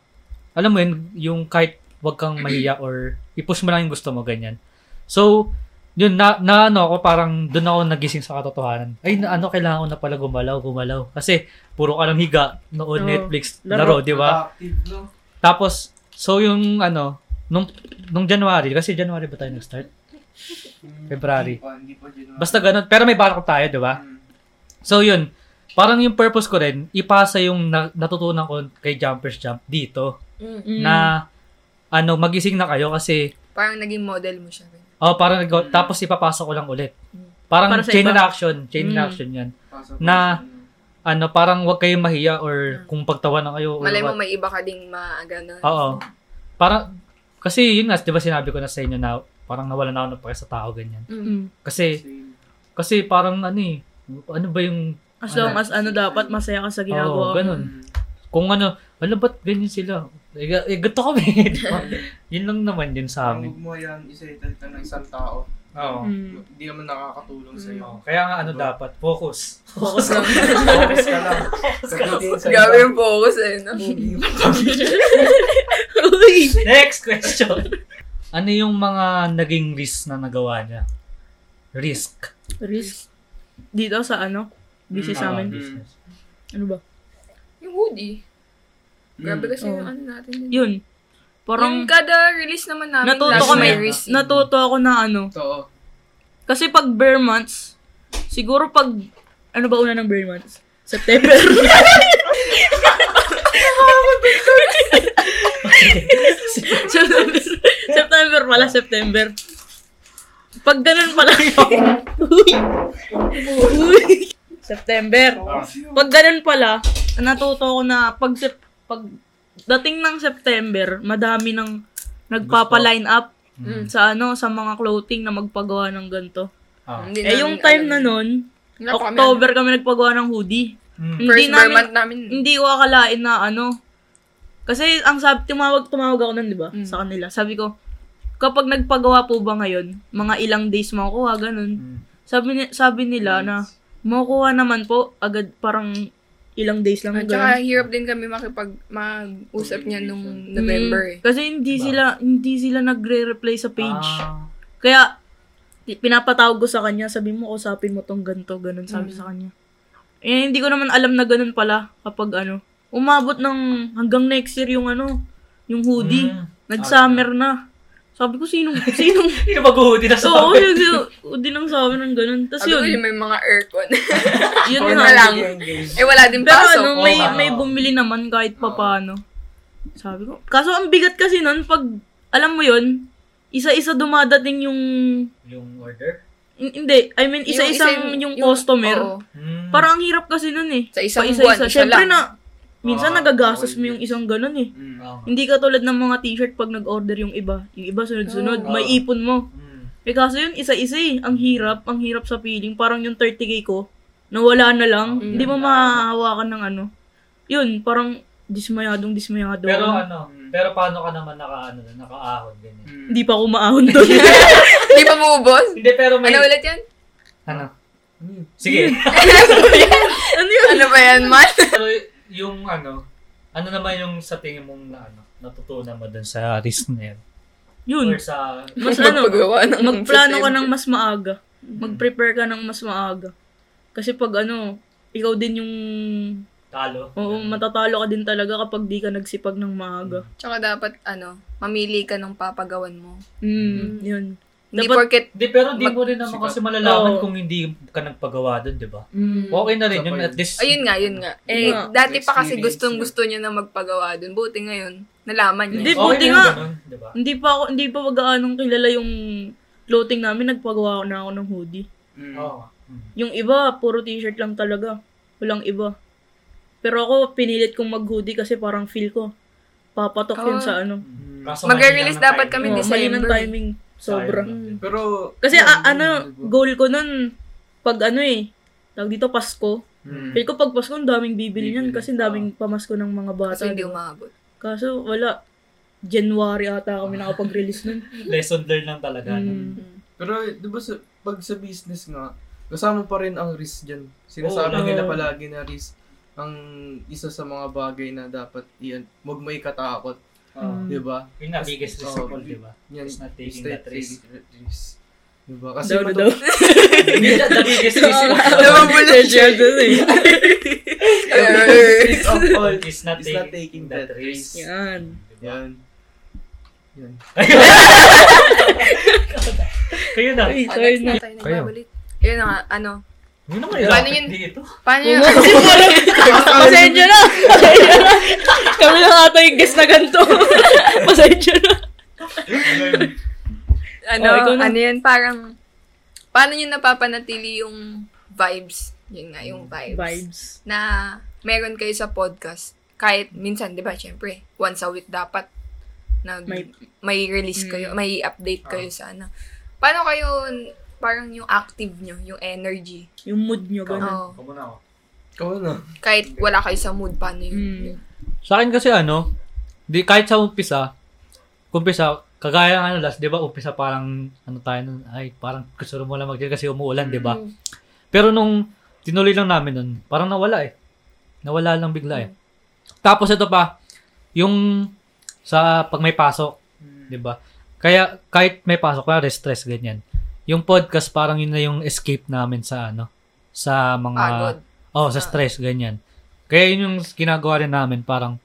alam mo yun, yung kahit wag kang mahiya or ipush mo lang yung gusto mo, ganyan. So, yun, na, na ano ako, parang doon ako nagising sa katotohanan. Ay, na, ano, kailangan ko na pala gumalaw, gumalaw. Kasi, puro ka lang higa, noon Oo. Netflix, laro, Laro. di ba? Active, no? Tapos, so yung ano, nung, nung January, kasi January ba tayo nag-start? February. Hmm. Hindi pa, hindi pa January. Basta ganun. Pero may backup tayo, di ba? Mm. So yun, parang yung purpose ko rin, ipasa yung na- natutunan ko kay Jumpers Jump dito. Mm. Na, ano, magising na kayo kasi, Parang naging model mo siya. oh, parang, Hmm. nag- tapos ipapasa ko lang ulit. Parang Mm. Para sa chain iba. reaction, chain Mm. reaction yan. Pasa- na- Ano, parang wag kayong mahiya Mm. or kung pagtawa na kayo. Or Malay mo what. may iba ka ding mga ganun. Ah, Oo. Parang, kasi yun nga, di ba sinabi ko na sa inyo na parang nawalan na ako ng pake sa tao, ganyan. Mm. Kasi, Same. kasi parang ano eh, ano ba yung As long as ano dapat, masaya ka sa Oo, ginagawa. ganun. Kung ano, alam ba't ganyan sila? Eh, ga- <laughs> eh gato kami. yun lang naman din sa amin. Parang huwag mo yan, isa-ital ka ng isang tao. Oo. Mm. Hindi naman nakakatulong sa'yo. Kaya nga ano dapat, focus. <laughs> Focus lang. Focus ka lang. Sagutin sa Grabe iba. yung focus eh. No? <laughs> Mm. Uy! Next question. ano yung mga naging risk na nagawa niya? Risk. Risk. Dito sa ano? Busy sa Ah, amin. business. Ano ba? Yung hoodie. Mm. Grabe kasi Oo. yung ano natin. Yun. Yun. Parang yung kada release naman namin, Natuto last ko may na- risk. natuto ako na ano. Totoo. Kasi pag bare months, siguro pag, ano ba una ng bare months? September. <laughs> September. September pala, September. Pag ganun pala <laughs> Uy! Uy! September. Pag ganun pala, natuto ko na pag, Sep- pag dating ng September, madami ng nagpapaline up Mm. sa ano sa mga clothing na magpagawa ng ganto. Ah. Hindi Eh, namin yung time alam. na nun, Wala pa kami October kami nagpagawa ng hoodie. Mm. alam. First Hindi bar namin- Hmm, month namin. Hindi ko akalain na ano. Kasi ang sabi, tumawag, tumawag ako nun, di ba? Mm. Sa kanila. Sabi ko, kapag nagpagawa po ba ngayon, mga ilang days makukuha, ganun. Mm. Sabi, ni- sabi nila na, makukuha naman po, agad parang ilang days lang. At ganun. saka hirap din kami makipag mag-usap niya nung Mm, November eh. Kasi hindi sila, hindi sila nagre-reply sa page. Ah. Kaya, ti- pinapatawag ko sa kanya, sabi mo, usapin mo tong ganito, ganun, Mm. sabi sa kanya. Eh, hindi ko naman alam na ganun pala kapag ano. Umabot ng hanggang next year yung ano, yung hoodie. Mm. Nag-summer na. Sabi ko, sinong, sinong, <laughs> Hindi na mag-hoodie na sa oo, amin. yung, yung, hoodie ng summer ng ganun. Tapos Sabi ko yun, yun, may mga aircon. <laughs> yun Yun nga. na lang. Engage. eh wala din Pero pasok. ano, may, Oo, may oo. bumili naman kahit pa Oo. paano. Sabi ko. Kaso ang bigat kasi nun, pag, alam mo yun, isa-isa dumadating yung, Yung order? hin- hindi, I mean, isa-isang yung, customer. oo. Mm. Parang ang hirap kasi nun eh. Sa isang Pa buwan, isa Siyempre na, lang. minsan Ah, nagagastos okay. mo yung isang ganun eh. Mm. Oo nga. Hindi ka tulad ng mga t-shirt pag nag-order yung iba. Yung iba Ah. sunod-sunod, Oo. may ipon mo. Mm. Eh kaso yun, isa-isa eh. Ang hirap, ang hirap sa feeling. Parang yung 30k ko, nawala na lang. Mm. Hindi mo mahahawakan ng ano. Yun, parang dismayadong dismayado. Pero ako. ano, pero paano ka naman naka, ano, nakaahon ganyan? hindi pa ako maahon <laughs> doon. Hindi pa muubos. Hindi, pero may... Ano ulit yan? Ano? Sige. <laughs> ano yun? Ano ba yan, man? Pero yung ano, ano naman yung sa tingin mong na, ano, natutunan mo dun sa risk na yun? Yun. Or sa... Mas ano, Magpagawa ng- magplano ka ng mas maaga. Mag-prepare ka ng mas maaga. Kasi pag ano, ikaw din yung talo? oo, matatalo ka din talaga kapag di ka nagsipag ng maaga. Tsaka dapat, ano, mamili ka ng papagawan mo. Mm, yun. Hindi Dapat- porket Hindi, pero di mo rin naman kasi malalaman Oo. kung hindi ka nagpagawa dun, di ba? Mm. Okay na rin Isa pa yun yun. at this... Ayun nga, yun nga. Eh, Yeah. dati pa kasi Experience gustong niya. gusto niya na magpagawa dun. Buti ngayon, nalaman niya. Hindi, okay buti na nga. yun, ganun, di ba? Hindi pa ako, hindi pa wagaanong kilala yung clothing namin. Nagpagawa na ako ng hoodie. Mm. Oo. nga. Mm. Yung iba, puro t-shirt lang talaga. Walang iba. Pero ako, pinilit kong mag-hoodie kasi parang feel ko, Papatok yun Oo. sa ano. Kaso Magre-release mahina ng dapat timing. Oo, May kami. mali ng December. timing. Sobra. Sayang natin. Pero, Kasi yun, a- yun, ano, diba? goal ko nun, pag ano eh, tawag dito Pasko. Mm. Feel ko pag Pasko, ang daming bibili niyan Bibili. kasi daming pamasko ng mga bata. Kaso hindi diba? umabot. Kaso wala. January ata kami nakapag-release nun. Lesson learned lang talaga. no? Mm. Pero, di ba, sa, pag sa business nga, kasama pa rin ang risk dyan. Sinasabi Oo. nila palagi na risk ang isa sa mga bagay na dapat iyan, wag mo ikatakot, Oo. Mm. di ba? Yun na, biggest risk of Oo. all, di ba? Yan, Is not taking stay that risk. taking that risk. Di ba? Kasi Daw na matu- daw. <laughs> Yun na, the biggest risk <laughs> of all. Naman pala siya dun eh. the biggest risk of all Is not is not taking that risk. <laughs> Yan. Di ba? <laughs> Yan. Yan. Kayo na. Ay, Ah, sorry next na. <laughs> na tayo nagbabalik. Yun na nga, ano. Yun naman Paano yun? Di ito. Paano yun? Pasensya na! <laughs> Pasensya na! Kami lang ata yung guest na ganito. <laughs> Pasensya na. <laughs> ano, Oh, ikaw na. ano yun, parang, paano nyo napapanatili yung vibes? Yun nga, yung vibes. Vibes. Na meron kayo sa podcast. Kahit minsan, di ba, syempre, once a week dapat nag, may, May- release Mm. kayo, may update kayo sa ano. Paano kayo, parang yung active nyo, yung energy. Yung mood nyo, ganun. Oo. Kamu na ako. Ikaw na. kahit wala kayo sa mood, paano yun? Mm. Sa akin kasi ano, di, kahit sa umpisa, umpisa, kagaya ng ano last, di ba, umpisa parang, ano tayo nun, ay, parang gusto mo lang mag kasi umuulan, di ba? Mm. Pero nung tinuloy lang namin nun, parang nawala eh. Nawala lang bigla eh. Tapos ito pa, yung sa pag may pasok, Mm. di ba? Diba? Kaya kahit may pasok, kaya stress ganyan. Yung podcast parang yun na yung escape namin sa ano, sa mga Pagod. Oh, sa Ah. stress, ganyan. Kaya yun yung ginagawa rin namin, parang,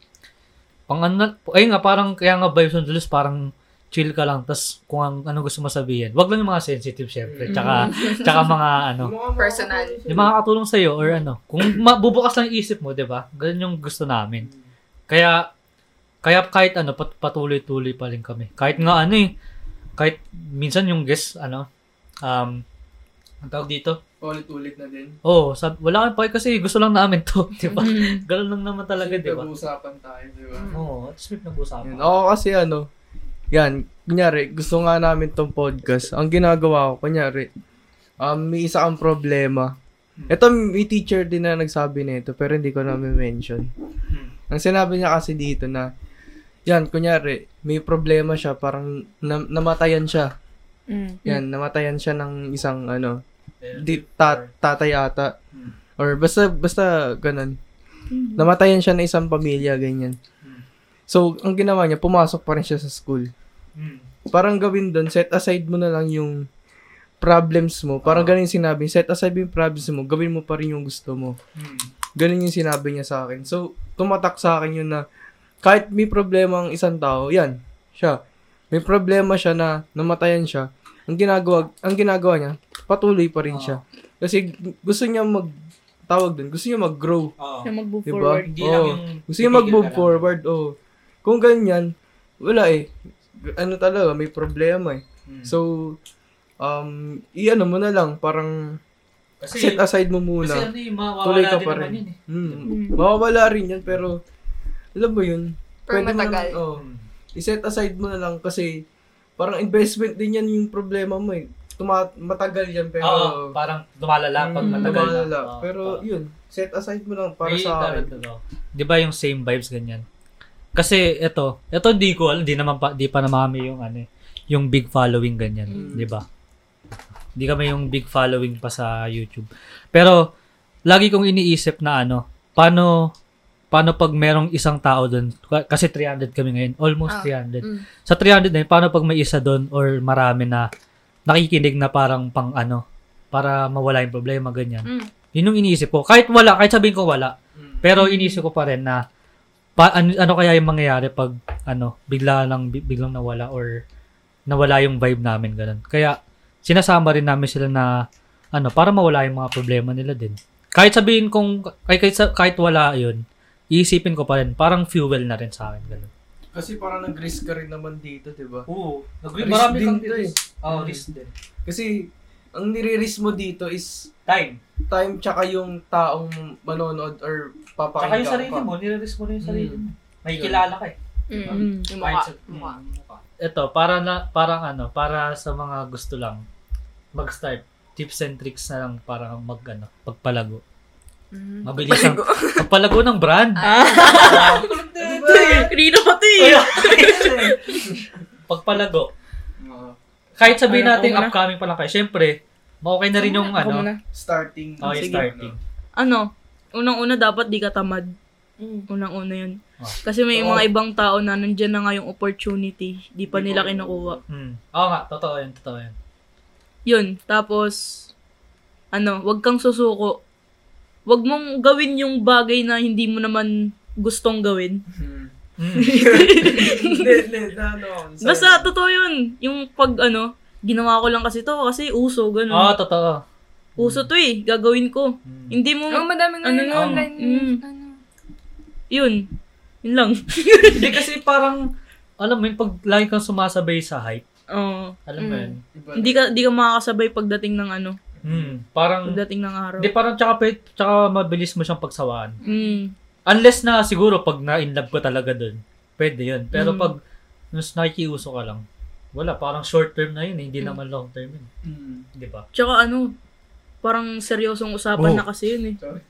pang ano, na- ayun nga, parang, kaya nga vibes on the loose, parang, chill ka lang, tas kung ang, ano gusto mo sabihin. Wag lang yung mga sensitive, Mm. syempre, <laughs> tsaka, tsaka mga, ano, Personal. yung makakatulong sa'yo, or ano, kung mabubukas lang yung isip mo, di ba? Ganun yung gusto Mm. namin. Kaya, kaya kahit ano, pat, patuloy-tuloy pa rin kami. Kahit nga ano eh, kahit minsan yung guest, ano, um, ang tawag dito, Ulit-ulit na din. Oo, oh, sab- wala kang pake kasi gusto lang namin to, <laughs> di ba? Ganun lang naman talaga, Kasi di ba? Nag-uusapan tayo, di ba? Oo, at sweet nag-usapan. Yan. Ako kasi ano, yan, kunyari, gusto nga namin tong podcast. Ang ginagawa ko, kunyari, um, may isa kang problema. Ito, may teacher din na nagsabi nito, pero hindi ko na mention. Ang sinabi niya kasi dito na, yan, kunyari, may problema siya, parang nam- namatayan siya. Yan, namatayan siya ng isang, ano, di, ta- tatay ata. Or basta, basta, ganun. Namatayan siya ng isang pamilya, ganyan. So, ang ginawa niya, pumasok pa rin siya sa school. Mm, Parang gawin doon, set aside mo na lang yung problems mo. Parang ganun yung sinabi, set aside mo yung problems mo, gawin mo pa rin yung gusto mo. mm. Ganun yung sinabi niya sa akin. So, tumatak sa akin yun na, kahit may problema ang isang tao, yan, siya. May problema siya na namatayan siya. Ang ginagawa, ang ginagawa niya, patuloy pa rin siya. Kasi gusto niya mag, tawag doon, gusto niya mag-grow. Oo. Yung mag-move Diba? forward. Hindi lang Oo. yung... Gusto niya mag-move forward, oo. Kung ganyan, wala eh. Ano talaga, may problema eh. Hmm. So, um, iyan mo na lang, parang kasi, set aside mo kasi muna. ano yung mawawala Tuloy ka din pa naman rin. yun eh. Hmm. Mawawala rin yan, pero, alam mo yun, Pero pwede matagal. mo lang, oh, iset aside mo na lang kasi, parang investment din yan yung problema mo eh. Tuma- matagal yan, pero, Oo, parang lumalala pag Hmm, matagal na. lumalala. Oo, pero, parang- yun, set aside mo lang para May sa akin. darating, oo. Di ba yung same vibes ganyan? Kasi ito, ito di ko alam, di naman pa, di pa namami yung ano eh, yung big following ganyan, Mm. di ba? Di kami yung big following pa sa YouTube. Pero lagi kong iniisip na ano, paano paano pag merong isang tao doon kasi 300 kami ngayon, almost Ah, 300. hmm. mm. Sa 300 na yun, paano pag may isa doon or marami na nakikinig na parang pang ano, para mawala yung problema ganyan. Mm. Yun yung iniisip ko. Kahit wala, kahit sabihin ko wala, pero iniisip ko pa rin na pa, ano, ano kaya yung mangyayari pag ano, bigla lang bi- biglang nawala or nawala yung vibe namin ganun. Kaya sinasama rin namin sila na ano, para mawala yung mga problema nila din. Kahit sabihin kong kahit kahit, sa- kahit wala 'yun, iisipin ko pa rin parang fuel na rin sa akin ganun. Kasi parang nag-risk ka rin naman dito, di ba? Oo. Risk marami din kang to eh. risk. Oh, risk din. Kasi, ang nire-risk mo dito is Time. time tsaka yung taong manonood or papakita Tsaka yung sarili mo, nire-risk mo na yung sarili Mm. mo. May Yun. kilala ka eh. Mm. Yung mukha. Mindset, mukha. mm, mukha. Ito, para na, parang ano, para sa mga gusto lang mag-start tips and tricks na lang para mag ano, pagpalago. Mm-hmm. Mm. Mabilis ang <laughs> pagpalago ng brand. Kanina pa to eh. <laughs> pagpalago. Oo. Kahit sabihin Ano, natin ako muna? upcoming pa lang kayo. Syempre, okay na rin yung Ako ano, muna. starting. okay, Sige. Oh, starting. Ano, unang-una dapat di ka tamad. Unang-una yun. Oh. Kasi may Oo. mga ibang tao na nandyan na nga yung opportunity, di pa Di nila pa- kinukuha. Hmm. Oo nga, totoo yun, totoo yun. Yun, tapos, ano, wag kang susuko. Wag mong gawin yung bagay na hindi mo naman gustong gawin. Hmm. <laughs> Hmm. <laughs> Hindi, hindi, na- ano, sa- Basta, totoo yun. Yung pag, ano, ginawa ko lang kasi to kasi uso, ganun. Oo, totoo. Uso to eh, gagawin Ah. ko. Hmm. Hindi mo, Oh, madami na Ano yun nun? online. Mm. Ano. yun. Yun lang. <laughs> Hindi kasi parang, alam mo yun, pag lagi kang sumasabay sa hype, Oo. alam mo Mm. yun, Iba. Hindi ka, hindi ka makakasabay pagdating ng ano, hmm. parang, pagdating ng araw. hindi parang tsaka, pe- tsaka mabilis mo siyang pagsawaan. Mm. Unless na siguro pag na-inlove ka talaga dun, pwede yun. Pero Mm. pag mas nakikiuso ka lang, wala, parang short term na yun, eh, Mm. hindi naman long term yun. Hmm. Di <laughs> ba? Tsaka ano, parang seryosong usapan Oh. na kasi yun eh. Sorry.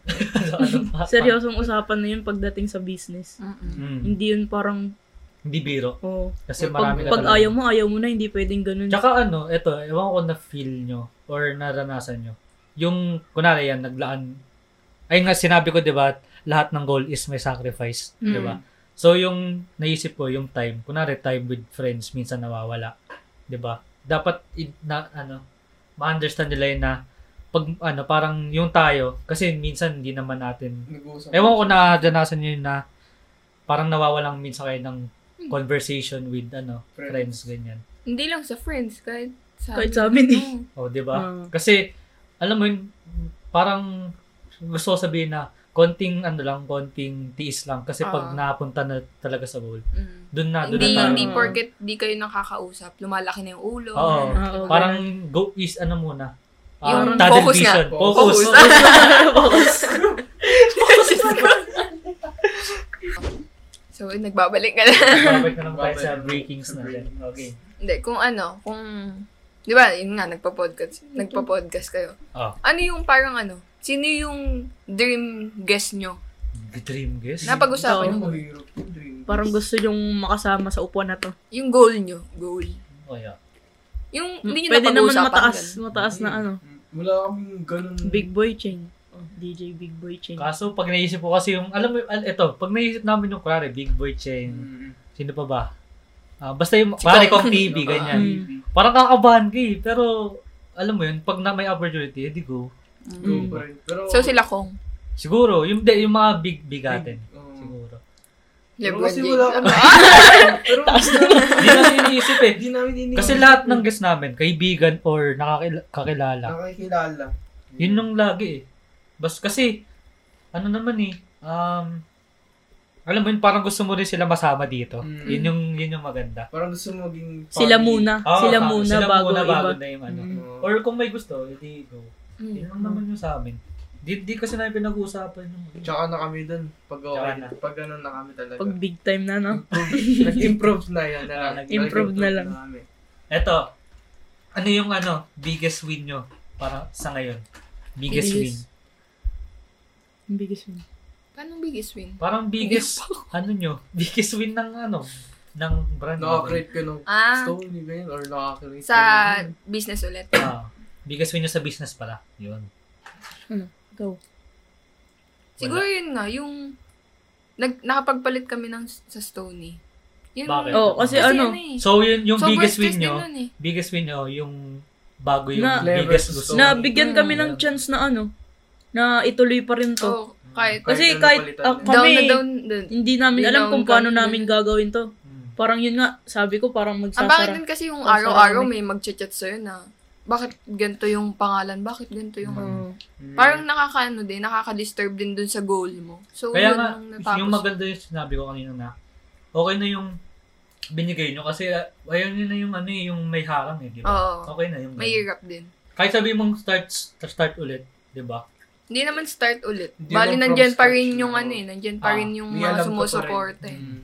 So, ano pa? Seryosong usapan na yun pagdating sa business. Mm. Hindi yun parang, Hindi biro. oh, Kasi pag, marami na pag talaga. ayaw mo, ayaw mo na, hindi pwedeng ganun. Tsaka ano, eto, ewan ko na feel nyo or naranasan nyo. Yung, kunwari yan, naglaan. Ayun nga, sinabi ko, di ba, lahat ng goal is may sacrifice. Di ba? So, yung naisip ko, yung time. Kunwari, time with friends, minsan nawawala. Di ba? Dapat, i- na, ano, ma-understand nila yun na, pag, ano, parang yung tayo, kasi minsan hindi naman natin Nag-uusap. Ewan ko na danasan yun na parang nawawalang minsan kayo ng conversation with ano Friends. friends, ganyan. Hindi lang sa friends, kahit sa Kahit sa amin eh. <laughs> O, Oo. Oh, di ba? Mm. Oo. Kasi, alam mo yun, parang gusto ko sabihin na konting ano lang, konting tiis lang. Kasi pag Oo. napunta na talaga sa goal, Mm. dun na, dun Ah. Hindi, Ah, na tayo. hindi porket di kayo nakakausap, lumalaki na yung ulo. Oo. ano, Ah, Oo. Parang go is ano muna. Ah, Yung tunnel focus nga. Oh, vision. Focus. Oh, Focus. So, eh, nagbabalik ka na. Babalik na lang tayo sa Babalik. breakings natin. Okay. <laughs> Hindi, kung ano, kung... Di ba, yun nga, nagpa-podcast, nagpa-podcast kayo. Oh. Ano yung parang ano, sino yung dream guest nyo? Dream guess? Napag-usapan Ang nyo. mahirap yung dream. Parang gusto yung makasama sa upuan na to. Yung goal nyo. Goal. Oh, yeah. Yung hindi Mm, nyo Pwede naman napag-usapan. mataas, ganun. mataas na ano. Hmm. Wala kaming ganun. Mm. Big Boy Cheng. Oh, DJ Big Boy Cheng. Kaso pag naisip ko kasi yung, alam mo, al- eto, pag naisip namin yung kurari, Big Boy Chain, Hmm. sino pa ba? Ah, basta yung, Si pare Kong. kong Mm. TV, Ah, ganyan. TV. Parang kakabahan ka eh, pero alam mo yun, pag na may opportunity, edi go. Go Mm. pa rin. Pero, So, sila kong. Siguro, yung, de, yung mga big bigatin, Oo. siguro. Pero LeBron kasi James. wala kami. Ah! <laughs> Pero Hindi namin iniisip eh. hindi namin iniisip. Kasi lahat ng guest namin, kaibigan or nakakilala, Nakakilala. yun yung lagi eh. Bas, kasi, ano naman eh, um, alam mo yun, parang gusto mo rin sila masama dito. Mm. Yun yung, yun yung maganda. Parang gusto mo maging Sila family. muna. Oo, sila tama. muna Ah, Sila bago muna iba. bago na yung ano. Oo. Or kung may gusto, edi go. Yun lang naman yung sa amin. Di, di kasi namin pinag-uusapan yung Tsaka na kami dun. Pag okay, Tsaka na. pag ganun na kami talaga. Pag big time na, no? Nag-improve na yan. Na, Ah, Improve na lang. kami. Eto, ano yung ano, biggest win nyo para sa ngayon? Biggest, win. Biggest. Mm. Ang biggest mo. Paano biggest win? Parang biggest, ano nyo, biggest win ng ano, ng brand. Nakakreate ka ng Ah, story ba yun? Or nakakreate sa ka ng- business ulit. Ah, biggest win nyo sa business pala. Yun. Go. Siguro yun nga, yung nag, nakapagpalit kami ng sa Stony. Yun, Bakit? Oh, kasi, Kasi ano, ano eh. So, yun, yung sobrang biggest stress win din nyo, nun eh. biggest win nyo, yung bago yung Na- biggest Flavors. gusto. So, nabigyan kami ng yeah. chance na ano, na ituloy pa rin to. So, kahit Kasi Kahit kahit ano ah, palitan Oh. down na kami, down dun. hindi namin Hindi alam down kung paano kami. namin gagawin to. Mm. Parang yun nga, sabi ko parang Ang Ah, bakit magsasara. din kasi yung Sasara araw-araw kami. may mag-chat sa'yo na bakit ganito yung pangalan, bakit ganito yung... Oo. Mm. Parang nakakaano din, nakaka-disturb din dun sa goal mo. So, Kaya yun nga, ang natapos. yung maganda yung sinabi ko kanina na, okay na yung binigay nyo kasi ah, ayun yun na yung ano eh, yung may harang eh, di ba? Oo. Okay na yung May ganun. hirap din. Kahit sabi mong start start ulit, di ba? Hindi naman start ulit. Hindi naman Bali, from nandyan pa rin scratch, yung no? ano eh, nandyan pa Ah, rin yung May alam mga ka pa rin. sumusuporta eh. Mm.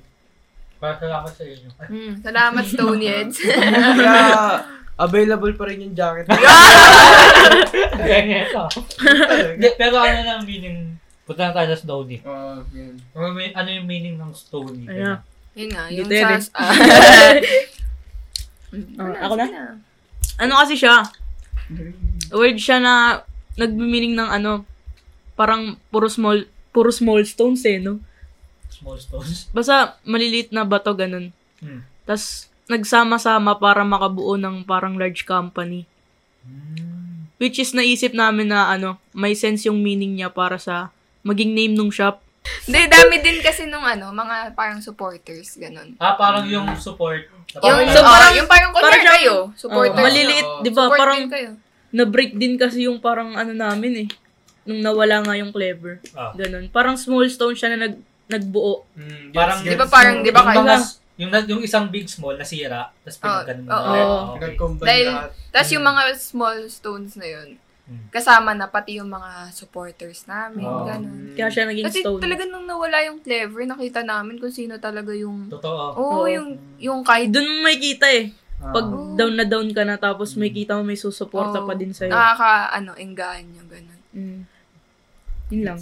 Para salamat sa inyo. Hmm, salamat, Stoneheads. Mm. Kaya, available pa rin yung <laughs> jacket. <laughs> Ganyan ito. Hindi, Pero ano lang ang meaning? Punta na tayo sa Stony. Oh, yun. Ano may- ano yung meaning ng Stony? Ayan. Yun nga, Hindi yung tayo sa... Ah, <laughs> Ah, ako na? Ano kasi siya? Word siya na nagmi-meaning ng ano, parang puro small, puro small stones eh, no? Small stones. Basta maliliit na bato, ganun. Hmm. Tapos nagsama-sama para makabuo ng parang large company. Which is naisip namin na ano, may sense yung meaning niya para sa maging name nung shop. Hindi, dami din kasi nung ano, mga parang supporters, ganun. Ah, parang yung support. Yung, Parang so, ah, parang, yung parang kunyari parang- kayo, supporters. Oo, maliliit, Oo. di ba? Support Parang din kayo. na-break din kasi yung parang ano namin eh. Nung nawala nga yung clever. Ah. Ganun. Parang small stone siya na nag, nagbuo. Mm, yes, Parang, Di ba parang, di ba yung kayo? mga s- yung, na- yung isang big small nasira, tapos pinagkanon mo. Oo. na. Oo. Okay. Nag-combine Dahil- lahat. Tapos yung mga small stones na yun, Hmm. kasama na pati yung mga supporters namin, Oo. Mm. ganun. Kaya siya naging Kasi stone. talaga nung nawala yung clever, nakita namin kung sino talaga yung... Totoo. Oo, Oo. yung, yung kahit Doon mo may kita eh. Ah. Pag Oo. down na down ka na tapos may kita mo may susuporta Oo. pa din sa'yo. nakaka, ano, engganyo, ganun. Mm. Yun lang.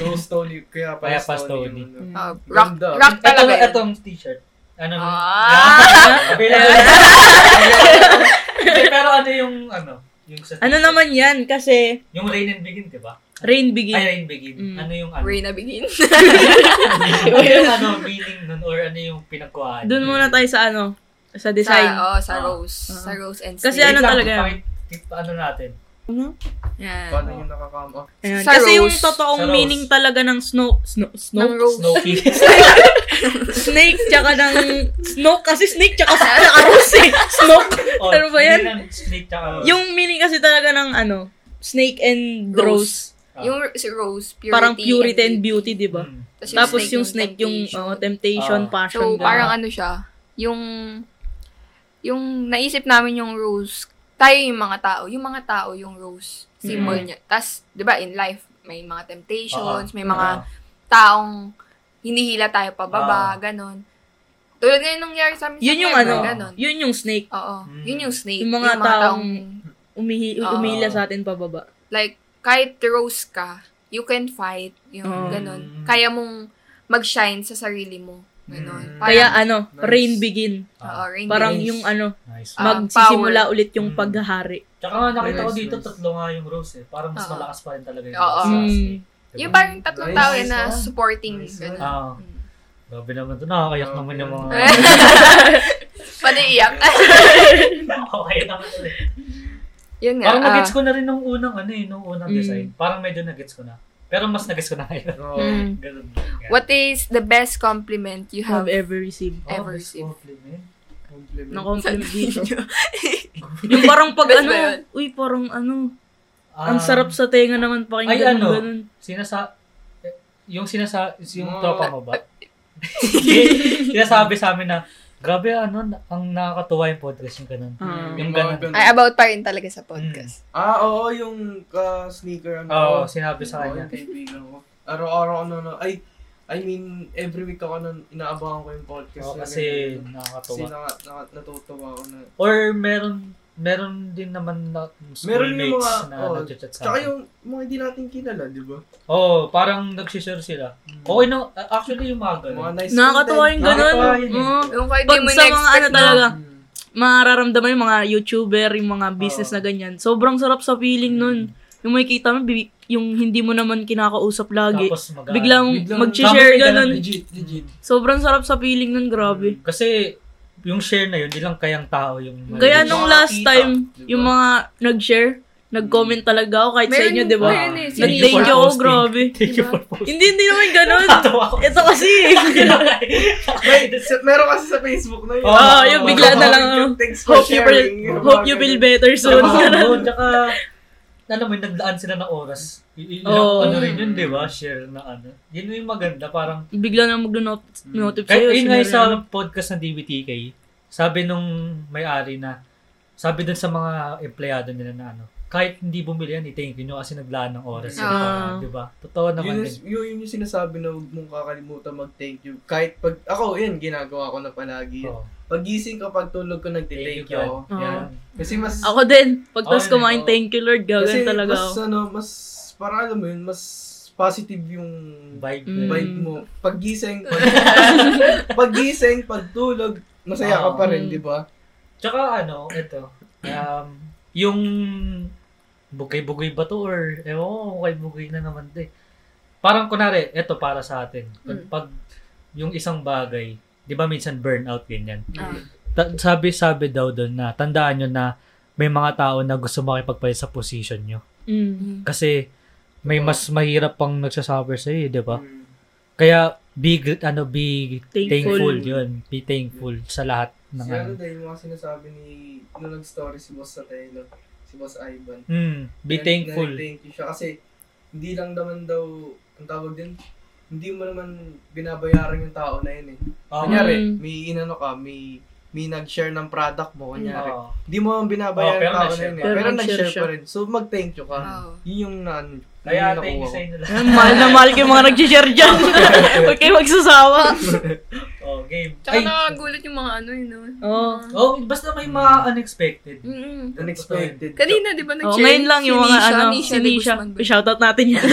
So, Stony. Kaya pa Kaya pa Stony. yun, ano. Ah, Ganda. rock, rock Ito, talaga yun. itong t-shirt. Ano? <laughs> Ah! Available. Hindi, pero ano yung, ano? Yung sa Ano naman yan? Kasi Yung Rain and Begin, di ba? Ay, rain begin. Rain Begin. Mm. Ano yung ano? Rain na begin. ano yung ano, meaning nun or ano yung pinagkuhaan? Doon muna tayo sa ano. Sa Sa, design. oh, sa Ah. Rose. Ah. Sa Rose and Kasi Snake. ano Wait lang, talaga? Pakit, tip, ano natin? Ano? Yan. Paano yung oh, nakakama? Ayan. Sa Kasi rose. yung totoong Sa rose. meaning talaga ng snow, snow, snow, Ng Rose. <laughs> Snoopy. snake, tsaka ng snow, kasi snake, Ah, tsaka, tsaka rose eh. Snow. Oh, Ano ba yan? hindi lang Snake tsaka rose. Yung meaning kasi talaga ng ano, snake and Rose. rose. Ah. Yung si Rose, purity. Parang purity and beauty, di ba? Mm. Tapos Tapos yung snake, yung temptation. oh, temptation, Ah. passion. So, ganun. parang ano siya, yung, yung naisip namin yung Rose, tayo yung mga tao, yung mga tao yung Rose, symbol niya. Tapos, di ba, in life, may mga temptations, may Ah. mga taong hinihila tayo Ah. pababa, ganon. Tulad ngayon nung nangyari sa amin sa Yun yung Kevin, ano, ganon. yun yung snake. Oo, Mm. yun yung snake. Yung mga taong- Umihi, Oo. umihila sa atin pababa. like, kahit rose ka, you can fight, yung Mm. Oo. ganon. Kaya mong mag-shine sa sarili mo. Ganon. Mm. Kaya ano, Nice. rain begin. oo, Ah, rain Parang dance. yung ano, nice. Ah. magsisimula ulit yung Mm. paghahari. Tsaka nga nakita ko Nice, dito nice. tatlo nga yung rose eh. Parang mas Oo. malakas pa rin talaga yung Oo. rose. Mm. Diba? Yung parang tatlong Nice. tao yun na Nice, ah. supporting. Nice, ganun. Ah, Mm. grabe naman to. Nakakayak naman yung mga... <laughs> <laughs> Pwede iyak. <laughs> okay naman ulit. yun nga. Parang ah, nagets ko na rin nung unang ano eh, nung unang Mm. design. Parang medyo nagets ko na. Pero mas nagets ko na ngayon. Oo. Hmm. mm. Ganun. What is the best compliment you have? Have ever received. Oh, ever best seen? compliment. Compliment. Na compliment dito. <laughs> yung parang pag Best ano, ba yun? uy, parang ano, Ah, ang sarap sa tenga naman pakinggan Ay, ng ano? ganun. Sinasa... eh, Yung sinasa... Yung Mga- tropa mo <laughs> ba? Hindi. Sinasabi sa amin na, grabe ano, na- ang nakakatuwa yung podcast yung ganun. Ah. Yung Yung ganun. mga Ay, about pa rin talaga sa podcast. Ah, oo, yung ah, sneaker. Ano, Mm. Oo, ko. sinabi sa Oo, kanya. yung kaibigan ko. Araw-araw ano na, ay, I mean, every week ako nun, inaabangan ko yung podcast. Oo, na kasi ganyan. kasi nakakatuwa. na, na, natutuwa ako na. Or meron, meron din naman na Meron yung schoolmates mga- na oo, nagchat sa Tsaka akin. yung mga hindi natin kilala, di ba? Oo, oh, parang nagsishare sila. Okay na, actually yung mga ganun. Mm. Mga nice Nakakatuwa yung ganun. Nakakatuwa yun eh. Oo. Yung kahit Pag di mo sa mga na-expect ano na- talaga, Mm. mararamdaman yung mga YouTuber, yung mga business Oo. na ganyan. Sobrang sarap sa feeling nun. Hmm. Yung makikita mo, bibi- yung hindi mo naman kinakausap lagi. Tapos mag biglang, Biglang- mag-share Tama, may ganun. ganun. Legit, legit. Sobrang sarap sa feeling nun, grabe. Kasi yung share na yun, ilang kayang tao yung... Kaya Yung nung mga last kita, time, diba? yung mga nag-share, nag-comment talaga ako kahit sa inyo, di ba? meron eh, Thank you Nag-thank for ako, posting. grabe. Thank you for <laughs> Diba? posting. Hindi, hindi naman <laughs> ganun. Nakakatawa ko. Ito kasi. Wait, sa- meron kasi sa Facebook na yun. Oo, Ah, yun, bigla oh, na lang. oh. Thanks for hope you feel, sharing. Yung hope mga you feel ganun. better soon. Oo, Ganun. oo, tsaka, alam mo, yun, naglaan sila ng oras. I- ilang, Oo. ano rin yun, di ba? Share na ano. Yun yung maganda, parang... Bigla na mag-notify Kaya sa'yo. yun nga sinare yung sa na. podcast ng DBTK, sabi nung may-ari na, sabi dun sa mga empleyado nila na ano, kahit hindi bumili yan, i-thank you nyo kasi naglaan ng oras. yun Ah. para, di ba? Totoo Yun, naman Ano din. yung- yun, yun yung sinasabi na huwag mong kakalimutan mag-thank you. Kahit pag, ako yun, ginagawa ko na palagi. yun. Oo. Pagising ko, pag tulog ko, nag-thank Oh, Thank you. you, ako. God. Yan. Kasi mas, Ako din. Pag Ako tas din, kumain, oo. thank you Lord. kasi Gagawin talaga mas, ako. ano, mas, para alam mo yun, mas positive yung Vibe. Mm. vibe mo. <laughs> Pagising, pag, pagising, pagtulog, masaya ka pa rin, Oo. di ba? Tsaka ano, ito, um, yung bugay-bugay ba to or, ewan ko, bugay-bugay na naman to eh. Parang kunwari, ito para sa atin. Pag, Mm. pag yung isang bagay, di ba minsan burnout ganyan. Ah. Ta- sabi-sabi daw doon na, tandaan nyo na may mga tao na gusto makipagpalit sa position nyo. <laughs> Mm. Kasi may mas mahirap pang nagsasuffer sa iyo, 'di ba? Mm. Kaya be gr- ano be thankful. Thankful. 'yun. Be thankful sa lahat ng Si ano. ano dahil yung mga sinasabi ni, nung nag-story si Boss sa Telo, si Boss Ivan, Mm, be Nag- thankful. nag-thank you siya kasi hindi lang naman daw, ang tawag din, hindi mo naman binabayaran yung tao na yun eh. Oo. Kunyari, Mm. may inano ka, may, may nag-share ng product mo, kunyari. Mm, Oo. Hindi mo naman Oh, binabayaran pero yung tao na nag-share yun pa. eh. Pero, Pero nag-share nag-share pa rin. So, mag-thank you ka. Oo. Yun yung naan. Kaya thank you sa inyo lahat. Ayun, mahal na mahal ko yung mga nag-share <laughs> dyan. Huwag kayo magsasawa. Oh, game. Tsaka Ay, nakakagulat yung mga ano yun. no? Oo. oh, basta may mga unexpected. Mm. Mm-mm. Unexpected. Kanina, di ba, Oh, nag-share? ngayon lang yung si mga Nisha, ano, Nisha si de Nisha. Guzman ba? Shoutout natin <laughs> yan.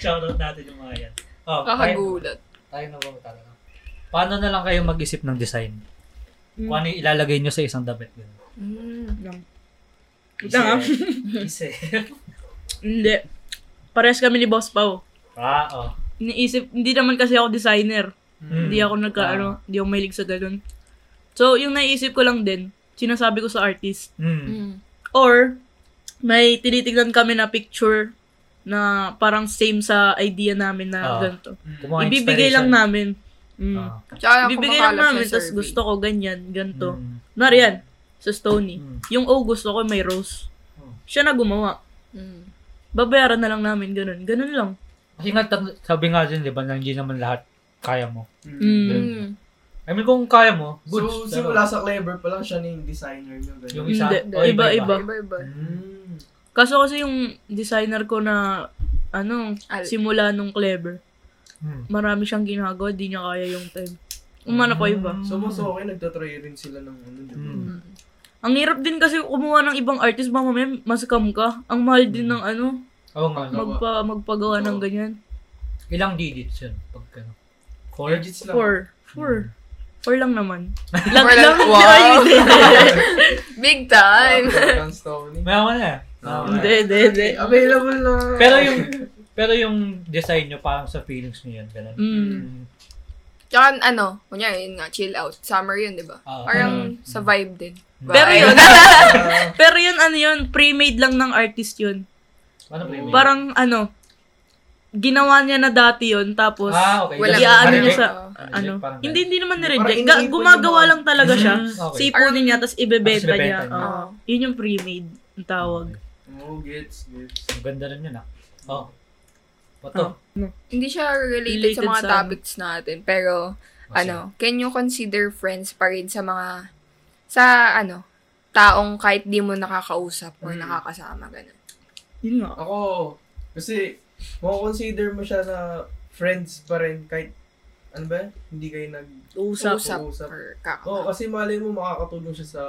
Shoutout natin yung mga yan. Oh, Ah, tayo, Kakagulat. tayo na ba talaga? Paano na lang kayo mag-isip ng design? Mm. Kung ano yung ilalagay nyo sa isang damit. Ganun. Mm. Ito nga. <laughs> Isip. Hindi. Parehas kami ni Boss Pao. Ah, oh. Iniisip, hindi naman kasi ako designer. Hindi ako nagka, Ah. ano, hindi ako mahilig sa ganun. So, yung naisip ko lang din, sinasabi ko sa artist. Mm. Mm. Or, may tinitignan kami na picture na parang same sa idea namin na Ah. ganito. Kung mga Mm. Ibibigay lang inspiration. namin. Mm. Ah. Tsaka Ibibigay kumakalap lang sa namin, tapos survey. gusto ko ganyan, ganito. Mm. Kunwari yan, sa Stony. Mm. Yung O gusto ko may rose. Oh. Siya na gumawa. Mm. Babayaran na lang namin, ganun. Ganun lang. Kasi nga, tat- sabi nga din, di ba, na hindi naman lahat kaya mo. Hmm. Mm. Mm. I mean, kung kaya mo, good. So, simula sa Clever pa lang siya na yung designer niya. ganun. Yung isa? oh, Hindi. O, Iba-iba. Iba-iba. Hmm. Mm. Kaso kasi yung designer ko na, ano, Al- simula nung clever, Hmm. marami siyang ginagawa, di niya kaya yung time. Umano pa iba. So, mas okay, nagtatry rin sila ng ano, di ba? Mm. Ang hirap din kasi kumuha ng ibang artist, baka mamaya masakam ka. Ang mahal din ng ano, Oo nga, no? magpa, magpagawa ng Oo. ganyan. ilang digits yun? Pag, ano, four? Legits lang. Four. Four. Four lang naman. Lang, Or lang. <laughs> like, wow. Big time. Ang Stony. Mayaman na. Ah, Mayaman Hindi, na. hindi, hindi. Available na. Pero yung, <laughs> pero yung design nyo, parang sa feelings nyo yun, ganun. Mm. Mm. Tsaka ano, kunya yun nga, chill out. Summer yun, di ba? Ah, Parang mm. sa vibe din. Pero Vibe. yun, pero yun ano yun, pre-made lang ng artist yun. Ano ba yun? Parang ano, ginawa niya na dati yun, tapos ah, okay. <laughs> Walang- Just- Iaano niya Reject. ano sa, Reject, ano, parang ganun. hindi, hindi naman Parang nireject. Ga- iniipon gumagawa yung mga- lang talaga siya. Mm, okay. Sipunin niya, tapos Tapos ibebenta niya. ibebenta niya. Oo. yun yung pre-made ang tawag. Oh, gets, gets. Ang ganda rin yun, ah. Oh. Pato. Oh. Hindi siya related, Related sa mga sa- topics natin. Pero, ano, can you consider friends pa rin sa mga, sa ano, taong kahit di mo nakakausap or Mm. nakakasama, ganun. Yun nga. Ako, kasi, makukonsider mo siya na friends pa rin kahit, ano ba, yun? hindi kayo nag... Usap. Usap usap. or Oo, oh, kakasama. kasi malay mo makakatulong siya sa,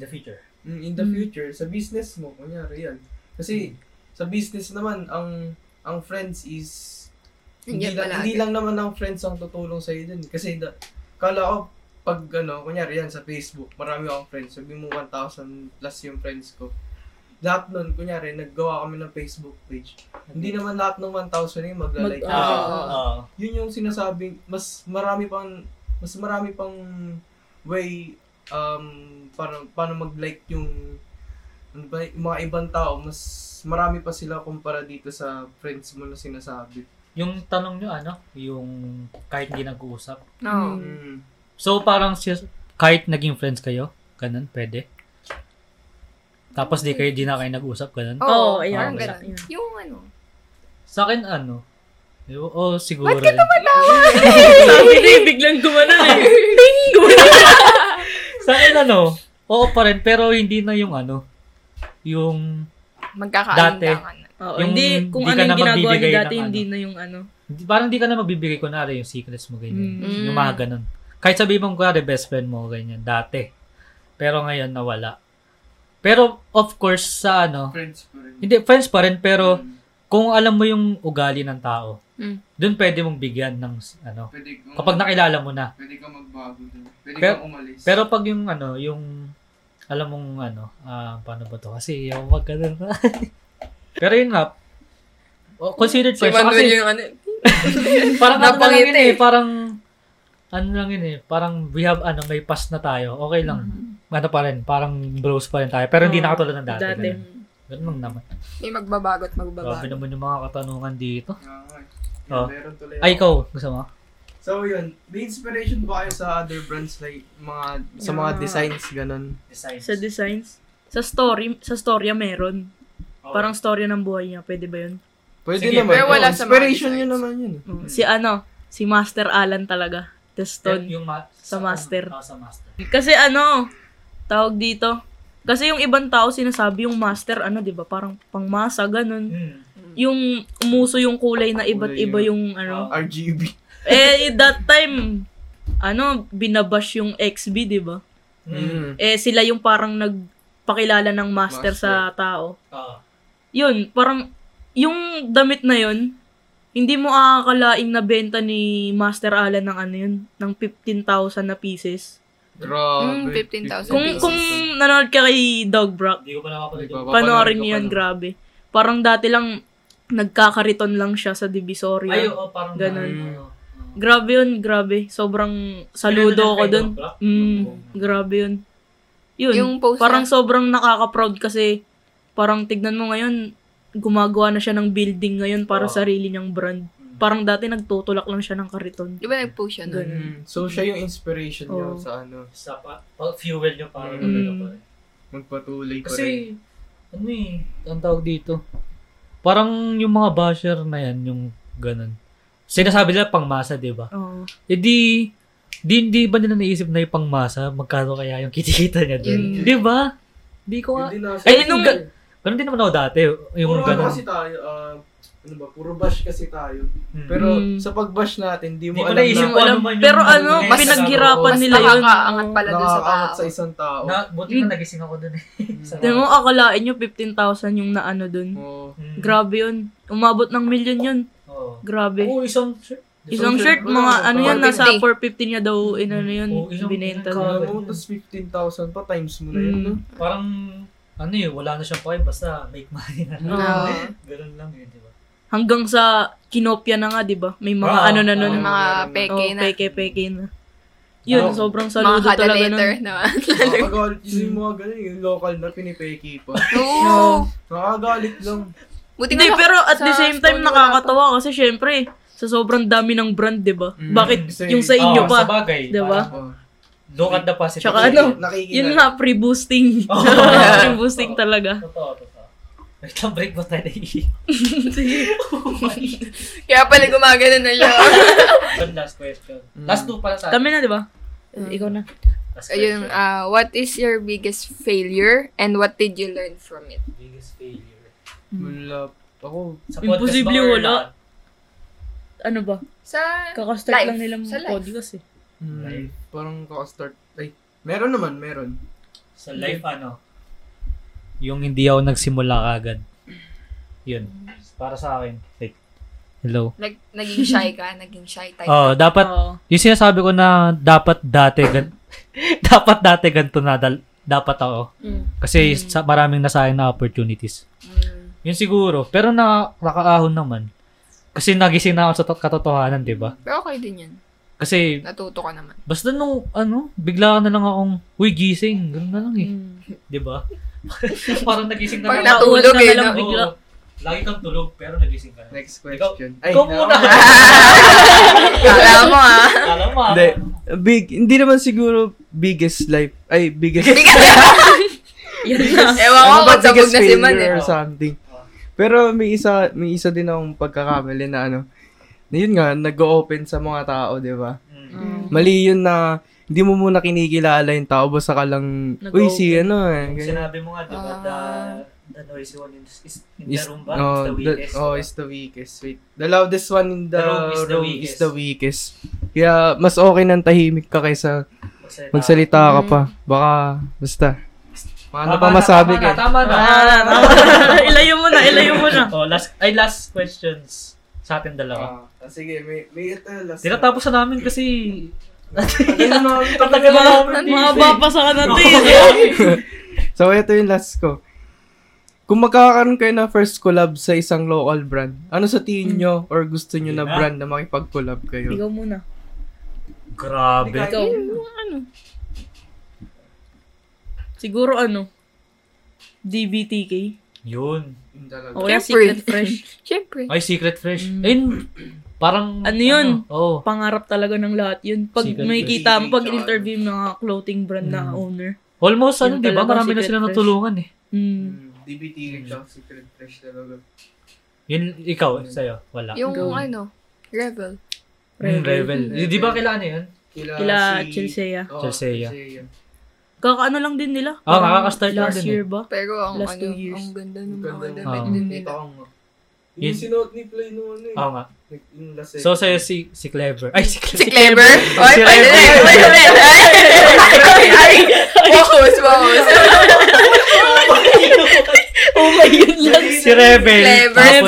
The future. mm, in the Mm. future, sa business mo, kunyari yan. Kasi, sa business naman, ang ang friends is, hindi Nandiyan lang, pala. hindi lang naman ang friends ang tutulong sa'yo dun. Kasi, da, kala ko, pag ano, kunyari yan sa Facebook, marami akong friends. Sabi mo 1,000 plus yung friends ko. Lahat nun, kunyari, naggawa kami ng Facebook page. Hindi naman lahat ng 1,000 yung maglalike. Mag- Ah, Oo. ah. Yun yung sinasabing, mas marami pang, mas marami pang way, um, para, paano mag-like yung, ano ba, yung mga ibang tao, mas marami pa sila kumpara dito sa friends mo na sinasabi. Yung tanong nyo, ano? Yung kahit hindi nag-uusap. Oo. Mm. So, parang sis- kahit naging friends kayo, ganun, pwede. Tapos di kayo, di na kayo nag-usap, ganun. Oo, Oo, ayun. parang Oo, ganun. ayun. Yung ano, Sa akin, ano? O, oh, siguro. Ba't ka yun. <laughs> Sabi niya, biglang gumana <laughs> eh. Ting! Gumana. Sa akin, ano? Oo pa rin, pero hindi na yung ano. yung Dati. Magkakaindangan. Oo, Yung hindi, kung di ka ano yung na ginagawa niya magbibigay dati, ng hindi na yung ano. di- parang di ka na magbibigay kunwari yung secrets mo ganyan. Mm. Yung mga ganun. Kahit sabihin mo kunwari best friend mo ganyan dati. Pero ngayon nawala. Pero of course sa ano, Friends pa rin. hindi friends pa rin pero kung alam mo yung ugali ng tao, Mm. dun pwede mong bigyan ng s- ano. Pwede kang, Kapag nakilala mo na. Pwede kang magbago dun. Pwede Pero- kang umalis. Pero pag yung ano, yung alam mong ano, ah, paano ba to? Kasi yung wag ka na. <laughs> Pero yun nga, oh, considered Si friends. So, Manuel kasi yung ano. parang ano lang Napangiti. yun eh, parang ano lang yun eh, parang we have ano, may pass na tayo. Okay lang. Mm-hmm. Ano pa rin, parang bros pa rin tayo. Pero hindi Oo, nakatulad ng dati. Dati. Ganun. Ganun lang naman. May magbabago at magbabago. Grabe naman yung mga katanungan dito. Ah, okay. Oh. Meron tuloy Ay, ako. ikaw, gusto mo? So, yun. May inspiration ba kayo sa other brands? Like, mga, sa mga Yeah. designs, ganun. Designs. Sa designs. Sa story, sa storya meron. Oo. Parang storya ng buhay niya, pwede ba yun? Pwede Sige, naman. pero wala Oh, sa mga inspiration yun designs. naman yun. Hmm. Oo. Si ano, si Master Alan talaga. Teston. Yung ma- Sa master. Oh, sa master. Kasi ano, tawag dito. Kasi yung ibang tao sinasabi yung master, ano, di ba? Parang pangmasa, ganun. Mm. Yung umuso yung kulay na iba't Kulay iba yun. yung ano. RGB. Eh, that time, ano, binabash yung XB, di ba? Mm. Hmm. Eh, sila yung parang nagpakilala ng master, sa tao. Oo. Yun, parang, yung damit na yun, hindi mo aakalaing nabenta ni Master Alan ng ano yun, ng 15,000 na pieces. Grabe. Mm, 15,000 Kung, kung nanonood ka kay Dog Brock, Hindi ko pa nakapanood yung Panoorin niyo yun, grabe. Parang dati lang, nagkakariton lang siya sa Divisoria. Ay, oo, parang Ganun. Oo, oo. Grabe yun, grabe. Sobrang saludo Pinanood ko kay dun. Dobra? Mm, grabe yun. Yun, Yung post parang na- sobrang nakaka-proud kasi parang tignan mo ngayon, gumagawa na siya ng building ngayon para Oo. sa sarili niyang brand. Parang dati nagtutulak lang siya ng kariton. Di ba nag-post siya nun? Ganun. Mm. So, siya yung inspiration niyo Oo. sa ano, Sa pa, pa- fuel niya parang Mm. ano pa rin. magpatuloy pa rin. Kasi, ano eh, ang tawag dito. Parang yung mga basher na yan, yung ganun. Sinasabi nila pangmasa, di ba? Oo. E di, di, di ba nila naisip na yung pangmasa, magkano kaya yung kitikita niya doon? Di ba? Di ko nga. Hindi na Ay, nung, ga- ganun din naman ako dati. Yung Puro ano ganun. kasi tayo, ah, ano ba, puro bash kasi tayo. Mm. Mm-hmm. Pero Mm. sa pag-bash natin, di Di mo ko alam naisip na kung ano alam. man yung- Pero ano, Mas- pinaghirapan Oo. nila yun. Nakakaangat pala dun sa nakakaangat tao. sa isang tao. Mm-hmm. Na, buti na nagising ako doon eh. Sa- Tignan mo, akalain nyo 15,000 yung naano dun. Oo. Mm. Grabe yun. Umabot ng milyon yun. Oo. Grabe. Oo, Oh, isang shirt. Isang shirt, Wala, mga wala. ano yan, 450. nasa 450 niya daw, in ano yun, Oo, isang- binenta. isang na. cover. Alam mo, tapos 15,000 pa times mo na yun, Mm. no? Parang, ano eh, wala na siyang pake, basta make money na lang. Oo. Ganun lang eh, di ba? Hanggang sa kinopya na nga, di ba? May mga Ah, Ah. ano na nun. Yung ah, mga Oo, peke oh, na. peke-peke na. Yun, Oo. sobrang Mga saludo kada talaga later nun. naman. Nakakagalit yung mga ganun, yung local na pinipeki pa. <laughs> Oo. Nakakagalit lang. Buti nga Hindi, na- pero at sa the same time, stone wala pa. nakakatawa kasi syempre, sa sobrang dami ng brand, di ba? Mm. Bakit Kasi- yung sa inyo Oo, pa? ah, Sa bagay. Di ba? parang Oh, Look at the positive. Tsaka ano? Nakikita. Yun nga, free boosting. <laughs> Oo. free boosting talaga. Totoo, totoo. Wait lang, break ba tayo na <laughs> Kaya pala gumagano na siya. last question. Last two pala sa Kami na, di ba? Mm. Ikaw na. Last <laughs> Ayun, question. ah, what is your biggest failure and what did you learn from it? Biggest failure. Wala. Ako, Sa Imposible podcast ba or wala. lahat? Ano ba? Sa Kakastart Life. lang nila Sa mga life. podcast eh. mm, parang kakastart. Ay, meron naman, meron. Sa life, ano? Yung hindi ako nagsimula agad. Yun. Para sa akin. Like, hello. nag, naging shy ka, <laughs> naging shy type. Oh, dapat Oo. Yung sinasabi ko na dapat dati gan dapat dati ganito na dal- dapat ako. Kasi sa maraming nasayang na opportunities. Mm. Yun siguro. Pero na nakaahon naman. Kasi nagising na ako sa to- katotohanan, di ba? Pero okay din yan. Kasi Natuto ka naman. basta nung ano, bigla na lang akong, uy, gising. Ganun na lang eh. Di ba? <laughs> Parang nagising na Pag lang. ako. natulog Natulog ka eh, na lang no? bigla. Oo. lagi kang tulog, pero nagising ka na. Next question. Ay, Ikaw na- muna. Kala mo ah. <laughs> Alam mo. ah. Hindi. Big, hindi naman siguro biggest life. Ay, biggest <laughs> Yan na. Ewan ko ano ba kung sabog biggest na si Man failure eh. or something. Pero may isa, may isa din akong Mm. pagkakamali Mm. na ano. Na yun nga, nag-open sa mga tao, di ba? Mali yun na hindi mo muna kinikilala yung tao, basta ka lang, uy, si ano eh. ganyan. Sinabi mo nga, di ba, the, the noisy one in, is, in the Is- room ba? oh, is the weakest. diba? oh, is the weakest. Wait. The loudest one in the, The room is the room weakest. is the weakest. Kaya, mas okay nang tahimik ka kaysa Magsalita. magsalita ka pa. Baka, basta. Ano Tama pa na, masabi tama na, ka? Tama na. <laughs> ilayo mo na, ilayo mo na. Oh, last, ay, last questions sa atin dalawa. Ah, sige, may, may ito last. Tinatapos na namin kasi <laughs> Tinatapos. Mga babasa ka natin. So, ito yung last ko. Kung magkakaroon kayo na first collab sa isang local brand, ano sa tingin nyo or gusto nyo na Yun na. brand na makipag-collab kayo? Ikaw muna. grabe. Ikaw. ano? Siguro ano? DBTK? Yun. O kaya Siyempre. Secret Fresh? <laughs> Siyempre. Ay, Secret Fresh. Ayun, parang... Ano yun? Oo. Oh. Pangarap talaga ng lahat yun. Pag Secret may Fresh. kita mo, pag interview yung mga clothing brand na Mm. owner. Almost, ano, Yun di ba? talaga, Marami na Secret sila Fresh. natulungan eh. Mm. Hmm, DBT lang, secret fresh talaga. Yun, ikaw, sa'yo, wala. Yung Go. ano, Rebel. Yung Revel. Revel. Di ba kailangan na yun? Kila Chelsea. oh, Chelsea. Kakaano lang din nila? Oo, Parang Ah, kakakastart lang Last din eh. year ba? <laughs> Pero ang Last ano, two years. ang ganda ng mga Ganda ng- damit Oo. Oh, din nila. Yung Yun- sinuot ni Play no ano eh. Oo nga. Yung last So, sa'yo si, si Clever. Ay, si Clever. Si Clever? Oy, Si pwede Clever. rin, pwede rin. <laughs> Ay, ay, ay. Focus, <laughs> focus. Oh my God lang. si Rebel. Clever, tapos si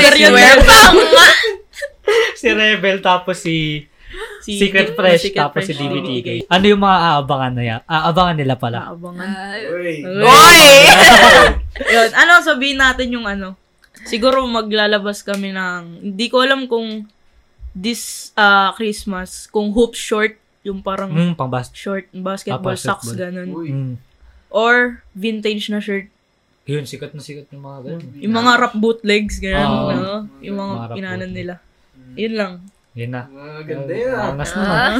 si, Clever. Pang! si Rebel, tapos si <laughs> Secret Fresh, tapos si DBTK. Ano yung mga aabangan na yan? Ah, Aabangan nila pala. Naabangan. Ah, Uy. Oy! Yun, ano sabihin natin yung ano? Siguro maglalabas kami ng, hindi ko alam kung this ah, Christmas, kung hoop short, yung parang Hmm, pang bas. short, basketball Ah, basketball. socks, ganun. Uy. Hmm. Or vintage na shirt. Yun, sikat na sikat yung mga ganun. Yung mga rap bootlegs, ganun. Oo. ano? Yung mga Mga rap inanan bootleg. nila. Yun lang. Yun na. Ah, ganda yun ah. Angas na. Ah,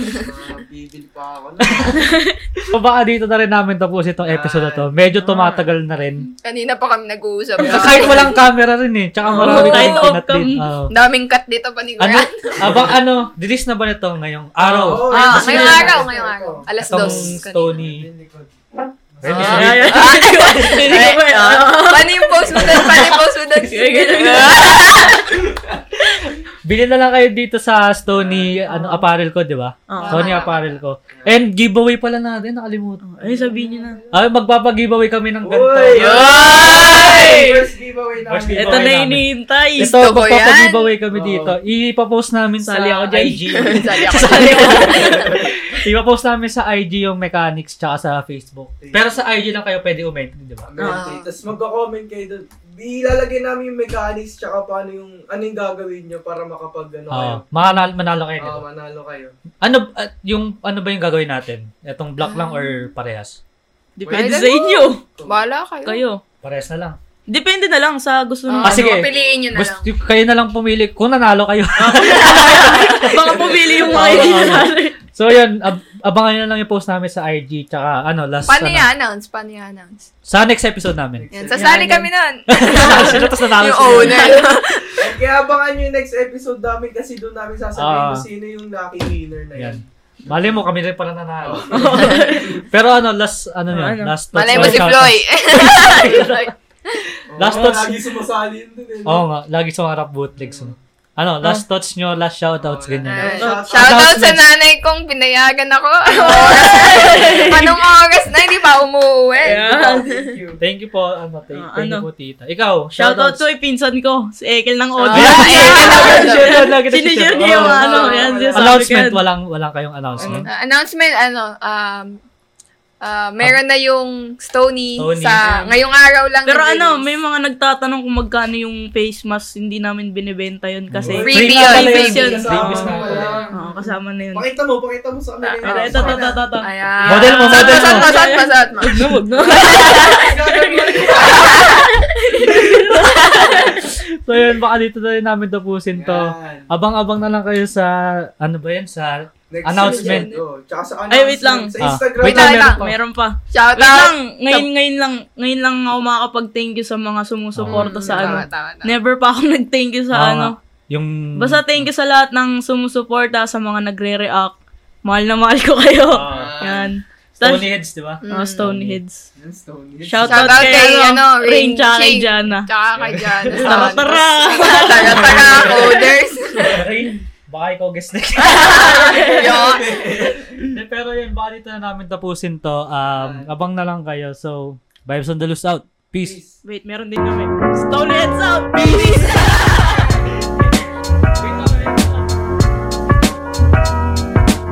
Bibili pa ako na. <laughs> So, baka dito na rin namin tapos itong episode na to. Medyo tumatagal na rin. Kanina pa kami nag-uusap. Kahit walang camera rin eh. Tsaka marami tayong Oo, kahit kinat off-cam. din. Oo. Daming cut dito pa ni Ano? Grant. Abang ano? Release na ba nito ngayong araw? Oo, Ah, yun. ngayong araw, ngayong araw. Alas Itong dos. kanina. Stony. Ah, Ready? ay, ay, ay, ay, ay, ah. Paano yung post mo doon? Paano yung post mo doon? Bili na lang kayo dito sa Stony, ano, apparel ko, di ba? Ah. Stony apparel ko. And giveaway pala natin, nakalimutan. Ay, sabihin niyo na. Ay, magpapag-giveaway kami ng ganito. Uy! Ay! First giveaway namin. First Ito giveaway na namin. hinihintay. Ito, Gusto ko magpapag-giveaway kami ah! Oo. dito. Ipapost namin sa Sali ako dyan. <laughs> IG. Sali ako. Ipapost namin sa IG yung mechanics tsaka sa Facebook. Pero sa IG lang kayo pwede ument, di ba? Ah. Tapos magko-comment kayo doon. Ilalagay namin yung mechanics tsaka paano yung anong gagawin nyo para makapag ano kayo. Oo. manalo, manalo kayo, di Ah, ba? manalo kayo. Ano, at yung, ano ba yung gagawin natin? Itong block lang or parehas? Depende Wait, sa inyo. Bahala kayo. Kayo. Parehas na lang. Depende na lang sa gusto nyo. Ah, Ah, sige. Piliin nyo na lang. Gusto, kayo na lang pumili kung nanalo <laughs> kayo. <laughs> Baka pumili yung mga Oo, hindi oo. na. so, yun. Ab- abangan nyo na lang yung post namin sa IG. Tsaka, ano, last, Paano ano, i-announce? Paano i-announce? sa next episode <laughs> namin. Yan, sasali kami nun. Sino tapos nanalo yung sila. owner. And kaya abangan nyo yung next episode namin kasi doon namin sasabihin Ah. kung sino yung lucky winner na yun. Yan. Mali mo, kami rin pala <laughs> nanalo. Pero ano, last, ano Oh, yun, ano? last thoughts. Malay mo or si shoutouts? Floy. Oh, Last thoughts. Oh, Lagi sumasali yun dun eh. Oo nga, lagi sa mga rap bootlegs. no? Ano, last thoughts nyo, last Oh, shoutouts, ganyan. Shout out sa nanay kong pinayagan <laughs> ako. Anong oras na? Hindi pa umuwi. Ayan. Thank you. Thank you po, ano, thank, Ah, thank you ano? po, tita. Ikaw, Shoutout shoutouts. to yung pinsan ko, si Ekel ng Ah, Odo. <laughs> eh, ano? Shoutout lang kita, Sinishare shoutout. niya yung Oo. ano, yan. siya sa Ah. Announcement, akin. walang, walang kayong announcement. Uh, announcement, ano, um, ah, meron na yung Stony, Stony. sa ngayong araw lang. Pero nag-release. ano, may mga nagtatanong kung magkano yung face mask, hindi namin binibenta yun kasi Free na Freebie yun, pala yun. freebie yun. Free na pala yun. Oo, kasama na yun. Pakita mo, pakita mo sa kanila. Pero ah, ito, ito, ito, ito, Ah, ito. Ayan. Model mo, Suot model mo. mo, suot mo, suot mo, suot mo. Wag na, wag na. So yun, baka dito na rin namin tapusin to. Yan. Abang-abang na lang kayo sa, ano ba yan, sa, Next Announcement. episode, oh. Tsaka sa Ay, wait lang. announcement, Sa Ah, Instagram. wait lang, meron pa. Meron pa. Shout Ah, Wait out. lang, ngayon, ngayon lang, ngayon lang ako makakapag-thank you sa mga sumusuporta sa ano. Tama, tama, tama. Never pa ako nag-thank you Mm, Oo sa ano. ah, yung, Mm. Basta thank you sa lahat ng sumusuporta, sa mga nagre-react. Mahal na mahal ko kayo. Ah, Yan. Stony heads, di <laughs> ba? Oh, Stoneheads. Yan, stone yun. Shout, Shout out kay, ano, Rain, tsaka kay Ching, Jana. Tsaka kay Jana. Tara, tara! Tara, tara, coders. Rain, baka ikaw guess na. <laughs> Yun. Hindi, Pero yun, baka dito na namin tapusin to. Um, abang na lang kayo. So, Vibes on the Loose out. Peace. <laughs> Wait, meron din kami. Stoneheads out!